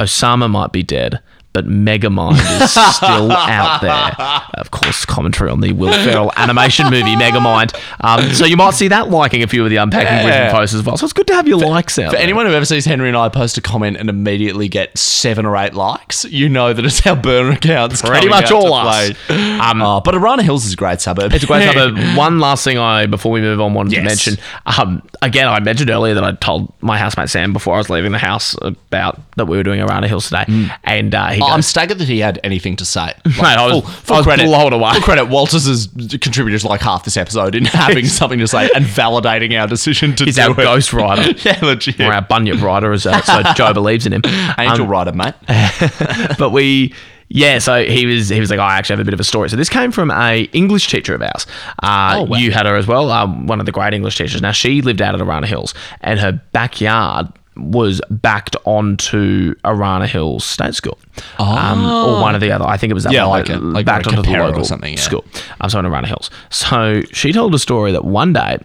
Speaker 5: "Osama might be dead, but Megamind is still
Speaker 6: (laughs)
Speaker 5: out there." Of course, commentary on the Will Ferrell animation movie Megamind. Um, so you might see that liking a few of the unpacking
Speaker 6: Yeah.
Speaker 5: Brisbane posts as well. So it's good to have your likes out.
Speaker 6: For
Speaker 5: there.
Speaker 6: anyone who ever sees Henry and I post a comment and immediately get seven or eight likes, you know that it's our burner accounts.
Speaker 5: Pretty
Speaker 6: coming
Speaker 5: much
Speaker 6: out to
Speaker 5: all us. Um,
Speaker 6: play. Uh, but Arana Hills is a great suburb.
Speaker 5: It's
Speaker 6: (laughs)
Speaker 5: a great suburb. One last thing I before we move on wanted to
Speaker 6: Yes.
Speaker 5: mention. Um, again, I mentioned earlier that I told my housemate Sam before I was leaving the house about that we were doing Arana Hills today, and uh,
Speaker 6: Mm.
Speaker 5: he
Speaker 6: Oh, I'm
Speaker 5: goes,
Speaker 6: staggered that he had anything to
Speaker 5: (laughs)
Speaker 6: say.
Speaker 5: Mate, I was- I was blown away.
Speaker 6: Full credit. Walters has contributed to like half this episode
Speaker 5: (laughs)
Speaker 6: in having something to say and validating our decision to
Speaker 5: "He's
Speaker 6: do
Speaker 5: our
Speaker 6: it.
Speaker 5: ghost rider."
Speaker 6: (laughs) yeah, legit.
Speaker 5: Or our bunyip rider, as uh, so Joe believes in him.
Speaker 6: (laughs) Angel
Speaker 5: Um,
Speaker 6: rider, mate.
Speaker 5: (laughs) but we yeah so he was he was like "Oh, i actually have a bit of a story so this came from a english teacher of ours uh,
Speaker 6: Oh, wow.
Speaker 5: you had her as well um, one of the great english teachers now she lived out at arana hills and her backyard was backed onto Arana Hills State School, um, or one of the other. I think it was that
Speaker 6: Yeah,
Speaker 5: one,
Speaker 6: like a- like
Speaker 5: backed
Speaker 6: Road
Speaker 5: onto the
Speaker 6: Capera or
Speaker 5: local
Speaker 6: something, yeah.
Speaker 5: school. I'm sorry, Arana Hills. So she told a story that one day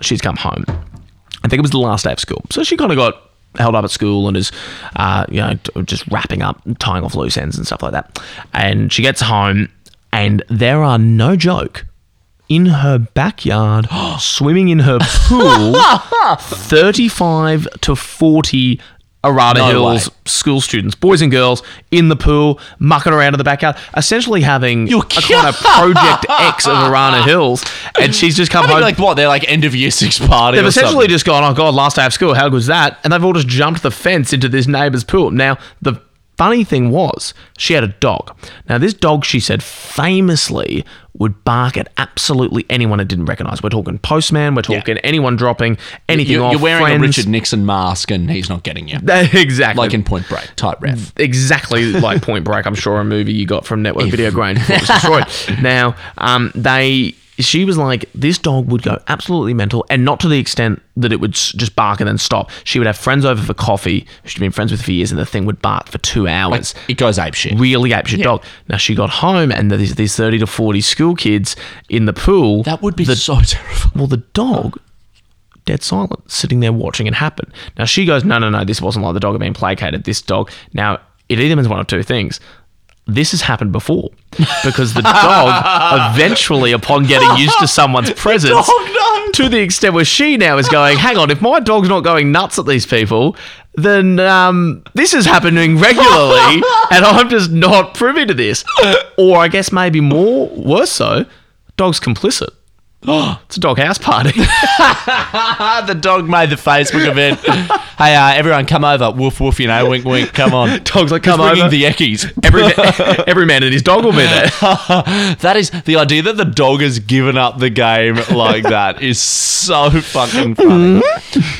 Speaker 5: she's come home I think it was the last day of school. So she kind of got held up at school and is, uh, you know, t- just wrapping up, tying off loose ends and stuff like that. And she gets home, and there are no joke. In her backyard, (gasps)
Speaker 6: (laughs)
Speaker 5: swimming in her pool, 35 to 40 Arata
Speaker 6: No
Speaker 5: Hills
Speaker 6: way.
Speaker 5: school students, boys and girls, in the pool, mucking around in the backyard, essentially having a kind of Project X
Speaker 6: (laughs)
Speaker 5: of Arana Hills. And she's just come
Speaker 6: I think
Speaker 5: home.
Speaker 6: like what they're like end of year six party.
Speaker 5: They've
Speaker 6: or
Speaker 5: essentially
Speaker 6: something.
Speaker 5: just gone, oh God, last day of school, how good was that? And they've all just jumped the fence into this neighbour's pool. Now, the funny thing was, she had a dog. Now, this dog, she said, famously would bark at absolutely anyone it didn't recognise. We're talking postman, we're talking anyone dropping, anything
Speaker 6: you're,
Speaker 5: off,
Speaker 6: you're wearing
Speaker 5: friends.
Speaker 6: a Richard Nixon mask and he's not getting you.
Speaker 5: (laughs) exactly.
Speaker 6: like in Point Break type
Speaker 5: Mm.
Speaker 6: ref.
Speaker 5: exactly like Point Break. I'm sure a movie you got from Network Video Grange before it
Speaker 6: (laughs)
Speaker 5: was destroyed. now, um, they. She was like, this dog would go absolutely mental, and not to the extent that it would s- just bark and then stop. She would have friends over for coffee, who she'd been friends with for years, and the thing would bark for two
Speaker 6: Like,
Speaker 5: hours.
Speaker 6: it goes ape shit.
Speaker 5: really apeshit dog. Now she got home, and there's these 30 to 40 school kids in the pool.
Speaker 6: that would be
Speaker 5: The
Speaker 6: so (laughs) terrifying.
Speaker 5: well, the dog, dead silent, sitting there watching it happen. Now she goes, no, no, no, this wasn't like the dog being placated. This dog. Now it either means one of two things. This has happened before because the dog eventually, upon getting used to someone's presence, to the extent where she now is going, hang on, if my dog's not going nuts at these people, then um, this is happening regularly and I'm just not privy to this. Or I guess maybe more, worse so, dog's complicit. It's a dog house party. (laughs)
Speaker 6: Ah, the dog made the Facebook event. hey, uh, everyone, come over. Woof woof. You know, wink wink. Come on.
Speaker 5: (laughs) Dog's like, come
Speaker 6: He's
Speaker 5: over.
Speaker 6: bringing the
Speaker 5: (laughs)
Speaker 6: eckies.
Speaker 5: every, every man and his dog will be there.
Speaker 6: (laughs) That is the idea that the dog has given up the game like that is so fucking funny.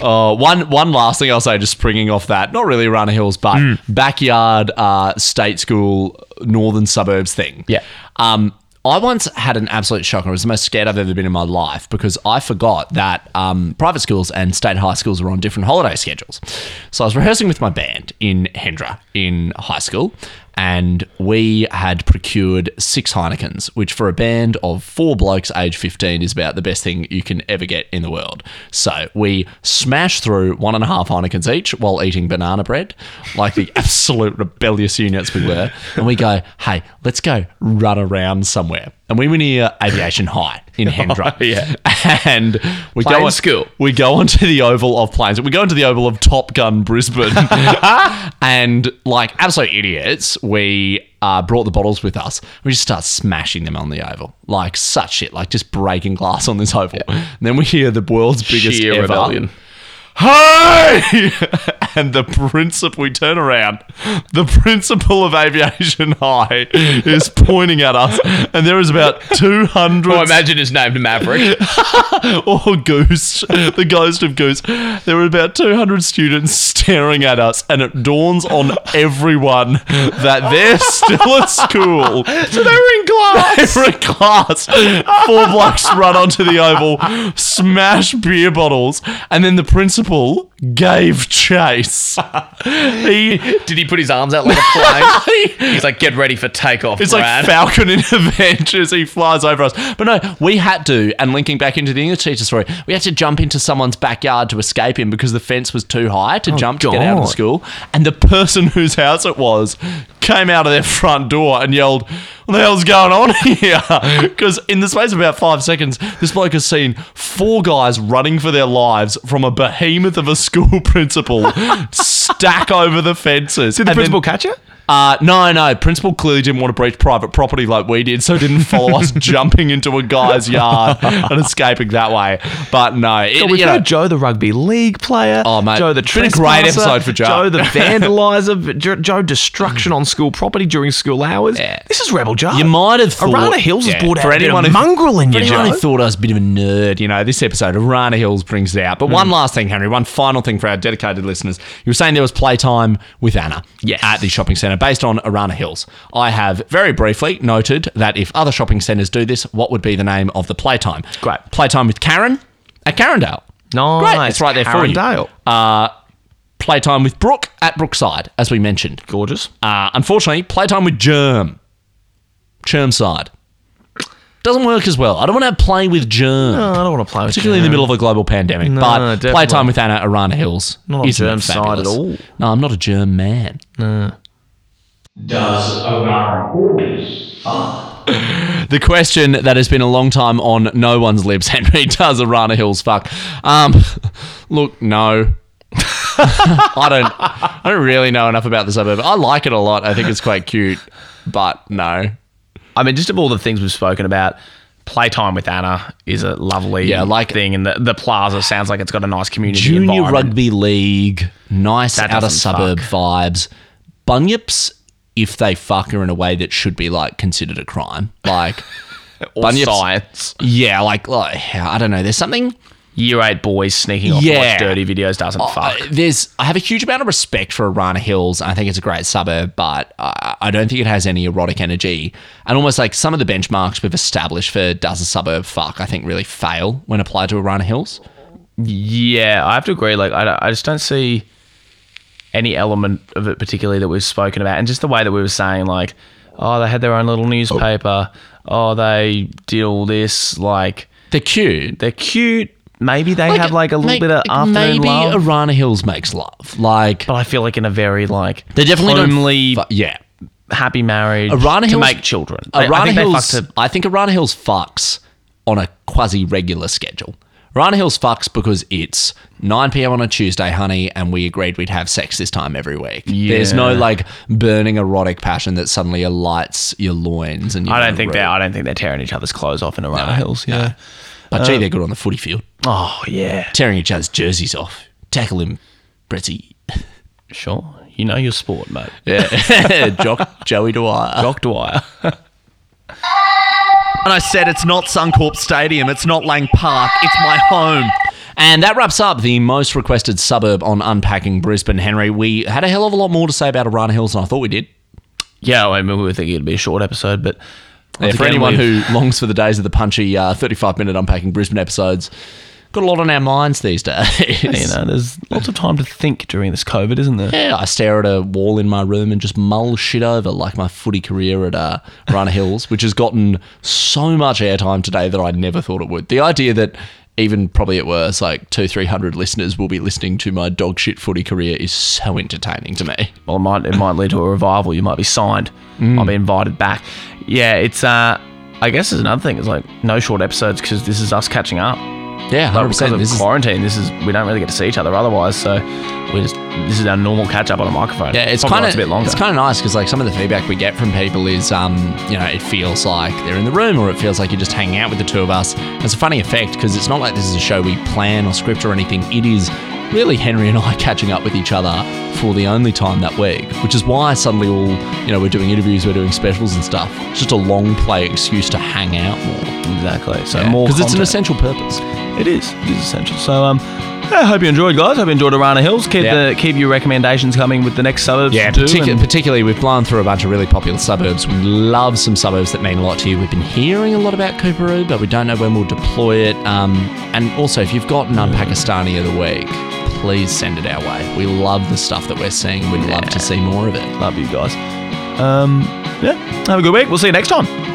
Speaker 6: Uh, one one last thing I'll say, just springing off that, not really Runner Hills, but backyard uh, state school northern suburbs thing.
Speaker 5: Yeah.
Speaker 6: Um, I once had an absolute shocker. It was the most scared I've ever been in my life because I forgot that um, private schools and state high schools are on different holiday schedules. So I was rehearsing with my band in Hendra in high school, and we had procured six Heinekens, which for a band of four blokes aged 15 is about the best thing you can ever get in the world. So we smashed through one and a half Heinekens each while eating banana bread, like the (laughs) absolute rebellious units we were. And we go, hey, let's go run around somewhere. And we were near Aviation High
Speaker 5: (laughs)
Speaker 6: in Hendra. yeah. And we
Speaker 5: Playing
Speaker 6: go on
Speaker 5: school.
Speaker 6: we go onto the oval of planes. We go into the oval of Top Gun
Speaker 5: (laughs)
Speaker 6: Brisbane, and like absolute idiots, we uh, brought the bottles with us. We just start smashing them on the oval, like such shit, like just breaking glass on this oval. And then we hear the world's biggest
Speaker 5: Sheer
Speaker 6: ever.
Speaker 5: rebellion.
Speaker 6: Hey! (laughs) and the principal, we turn around. The principal of Aviation High is pointing at us, and there is
Speaker 5: (laughs)
Speaker 6: about two hundred.
Speaker 5: Well, Oh, imagine it's named Maverick.
Speaker 6: (laughs) or Goose, the ghost of Goose. There were about 200 students staring at us, and it dawns on everyone that they're still at school. (laughs) So they were in class. They were in class. Four blocks run onto the oval, smash beer bottles, and then the principal gave chase. (laughs) He,
Speaker 5: Did he put his arms out like a (laughs) plane? He's like, get ready for takeoff,
Speaker 6: It's
Speaker 5: Brad.
Speaker 6: like Falcon (laughs) in Adventures. He flies over us. But no, we had to, and linking back into the English teacher story, we had to jump into someone's backyard to escape him because the fence was too high to jump to get out of
Speaker 5: Oh, God.
Speaker 6: the school. And the person (laughs) whose house it was came out of their front door and yelled, What the hell's going on (laughs) here? Because in the space of about five seconds, this bloke has seen four guys running for their lives from a behemoth of a school (laughs) principal stack over the fences.
Speaker 5: Did
Speaker 6: And
Speaker 5: the
Speaker 6: then-
Speaker 5: principal catch you?
Speaker 6: uh, no, no. Principal clearly didn't want to breach private property like we did, so didn't follow
Speaker 5: (laughs)
Speaker 6: us jumping into a guy's yard and escaping that way. But no, it, you
Speaker 5: God, we've
Speaker 6: know,
Speaker 5: heard Joe the rugby league player.
Speaker 6: Oh, mate.
Speaker 5: Joe the
Speaker 6: Been a great
Speaker 5: trespasser,
Speaker 6: episode for Joe.
Speaker 5: Joe
Speaker 6: (laughs)
Speaker 5: the vandalizer. Jo- Joe destruction on school property during school hours.
Speaker 6: Yeah.
Speaker 5: This is Rebel Joe.
Speaker 6: you might have thought
Speaker 5: Arana Hills
Speaker 6: Yeah,
Speaker 5: has brought out
Speaker 6: for anyone
Speaker 5: a bit
Speaker 6: who-
Speaker 5: of mongrel in
Speaker 6: for
Speaker 5: you,
Speaker 6: anyone
Speaker 5: Joe.
Speaker 6: who thought I was a bit of a nerd, you know, this episode of Rana Hills brings it out.
Speaker 5: Hmm.
Speaker 6: But one last thing, Henry, one final thing for our dedicated listeners. You were saying there was playtime with Anna
Speaker 5: Yes.
Speaker 6: at the shopping centre based on Arana Hills. I have very briefly noted that if other shopping centres do this, what would be the name of the playtime?
Speaker 5: Great.
Speaker 6: Playtime with Karen at Carindale.
Speaker 5: Nice.
Speaker 6: Great. It's right there for you.
Speaker 5: Carindale.
Speaker 6: Uh, playtime with Brooke at Brookside, as we mentioned.
Speaker 5: Gorgeous.
Speaker 6: Uh, unfortunately, playtime with Germ. Germ side. Doesn't work as well. I don't want to have play with Germ.
Speaker 5: Oh, I don't want to play with
Speaker 6: Particularly in the middle of a global pandemic.
Speaker 5: No,
Speaker 6: but
Speaker 5: definitely.
Speaker 6: playtime with Anna Arana Hills.
Speaker 5: Not a
Speaker 6: isn't it
Speaker 5: Germ side
Speaker 6: fabulous?
Speaker 5: at all.
Speaker 6: No, I'm not a Germ man.
Speaker 9: Does O'Mara always
Speaker 6: (laughs) The question that has been a long time on no (laughs) one's lips, Henry, does Arana Hills fuck? Um, look, no. (laughs) I don't. I don't really know enough about the suburb. I like it a lot. I think it's quite cute, but no.
Speaker 5: I mean, just of all the things we've spoken about, playtime with Anna is a lovely
Speaker 6: Yeah, like-
Speaker 5: thing, and the, the plaza sounds like it's got a nice community
Speaker 6: Junior
Speaker 5: environment.
Speaker 6: rugby league, nice
Speaker 5: That
Speaker 6: outer
Speaker 5: doesn't
Speaker 6: suburb vibes. Bunyips, if they fuck, are in a way that should be like considered a crime. Like,
Speaker 5: (laughs) or
Speaker 6: Bunyips-
Speaker 5: science.
Speaker 6: yeah, like, like I don't know. There's something.
Speaker 5: Year eight boys sneaking off to
Speaker 6: Yeah.
Speaker 5: watch dirty videos doesn't fuck.
Speaker 6: I- there's I have a huge amount of respect for Arana Hills. I think it's a great suburb, but I, I don't think it has any erotic energy. And almost like some of the benchmarks we've established for does a suburb fuck, I think really fail when applied to Arana Hills.
Speaker 5: Yeah, I have to agree. Like, I, don't- I just don't see any element of it particularly that we've spoken about, and just the way that we were saying, like, oh, they had their own little newspaper. Oh, they did all this. Like,
Speaker 6: They're cute.
Speaker 5: they're cute. Maybe they have like a little
Speaker 6: make-
Speaker 5: bit of
Speaker 6: like,
Speaker 5: afternoon
Speaker 6: maybe
Speaker 5: love,
Speaker 6: Arana Hills makes love. Like
Speaker 5: but I feel like in a very like
Speaker 6: they definitely
Speaker 5: homely,
Speaker 6: don't. fu- yeah,
Speaker 5: happy marriage
Speaker 6: Arana
Speaker 5: to
Speaker 6: Hills
Speaker 5: make children. I-
Speaker 6: Arana
Speaker 5: I think
Speaker 6: Hills.
Speaker 5: they fucked
Speaker 6: I think Arana Hills fucks on a quasi regular schedule. Arana Hills fucks because it's 9 p.m. on a Tuesday, honey, and we agreed we'd have sex this time every week. There's no like burning erotic passion that suddenly alights your loins and.
Speaker 5: I
Speaker 6: Your
Speaker 5: I don't think
Speaker 6: root.
Speaker 5: they. I don't think they're tearing each other's clothes off in Arana Hills. Yeah.
Speaker 6: But
Speaker 5: Uh.
Speaker 6: gee, they're good on the footy field,
Speaker 5: Oh yeah.
Speaker 6: tearing each other's jerseys off. Tackle him, Bretty.
Speaker 5: Sure. You know your sport, (laughs) mate.
Speaker 6: Yeah, (laughs) Jock, Joey Dwyer.
Speaker 5: Doc Dwyer.
Speaker 6: And I said, it's not Suncorp Stadium, it's not Lang Park, it's my home. And that wraps up the most requested suburb on Unpacking Brisbane, Henry. We had a hell of a lot more to say about Arana Hills than I thought we did.
Speaker 5: Yeah, I mean, we were thinking it'd be a short episode, but
Speaker 6: Yeah,
Speaker 5: once
Speaker 6: for
Speaker 5: again,
Speaker 6: anyone
Speaker 5: we've-
Speaker 6: who longs for the days of the punchy uh, 35 minute Unpacking Brisbane episodes, got a lot on our minds these (laughs) days.
Speaker 5: you know, there's lots of time to think during this COVID, isn't there?
Speaker 6: Yeah, I stare at a wall in my room and just mull shit over like my footy career at uh, Runner Hills, which has gotten so much airtime today that I never thought it would. The idea that even probably at worst, like two, three hundred listeners will be listening to my dog shit footy career is so entertaining to me.
Speaker 5: Well, it might it might lead to a revival. You might be signed.
Speaker 6: Mm.
Speaker 5: I'll be invited back. Yeah, it's uh, I guess there's another thing. It's like no short episodes because this is us catching up.
Speaker 6: Yeah,
Speaker 5: But
Speaker 6: hundred
Speaker 5: because
Speaker 6: percent.
Speaker 5: of
Speaker 6: This is
Speaker 5: quarantine, this is we don't really get to see each other otherwise. So we just this is our normal catch up on a microphone.
Speaker 6: yeah, it's
Speaker 5: Probably
Speaker 6: kind
Speaker 5: lasts
Speaker 6: of
Speaker 5: a bit longer.
Speaker 6: It's kind of nice because like some of the feedback we get from people is, um, you know, it feels like they're in the room or it feels like you're just hanging out with the two of us. It's a funny effect because it's not like this is a show we plan or script or anything. It is really Henry and (laughs) I catching up with each other for the only time that week, which is why suddenly all you know we're doing interviews, we're doing specials and stuff. It's just a long play excuse to hang out more
Speaker 5: exactly. So more
Speaker 6: because it's an
Speaker 5: content.
Speaker 6: essential purpose.
Speaker 5: It is. It is essential. So um, I hope you enjoyed, guys. Hope you enjoyed Arana Hills. Keep
Speaker 6: Yeah.
Speaker 5: the keep your recommendations coming with the next suburbs.
Speaker 6: Yeah,
Speaker 5: to do
Speaker 6: particu-
Speaker 5: and-
Speaker 6: particularly we've blown through a bunch of really popular suburbs. We love some suburbs that mean a lot to you. We've been hearing a lot about Cooperoo, but we don't know when we'll deploy it. Um, and also, if you've got an Pakistani of the week, please send it our way. We love the stuff that we're seeing. We'd love to see more of it.
Speaker 5: Love you guys. Um, yeah. Have a good week. We'll see you next time.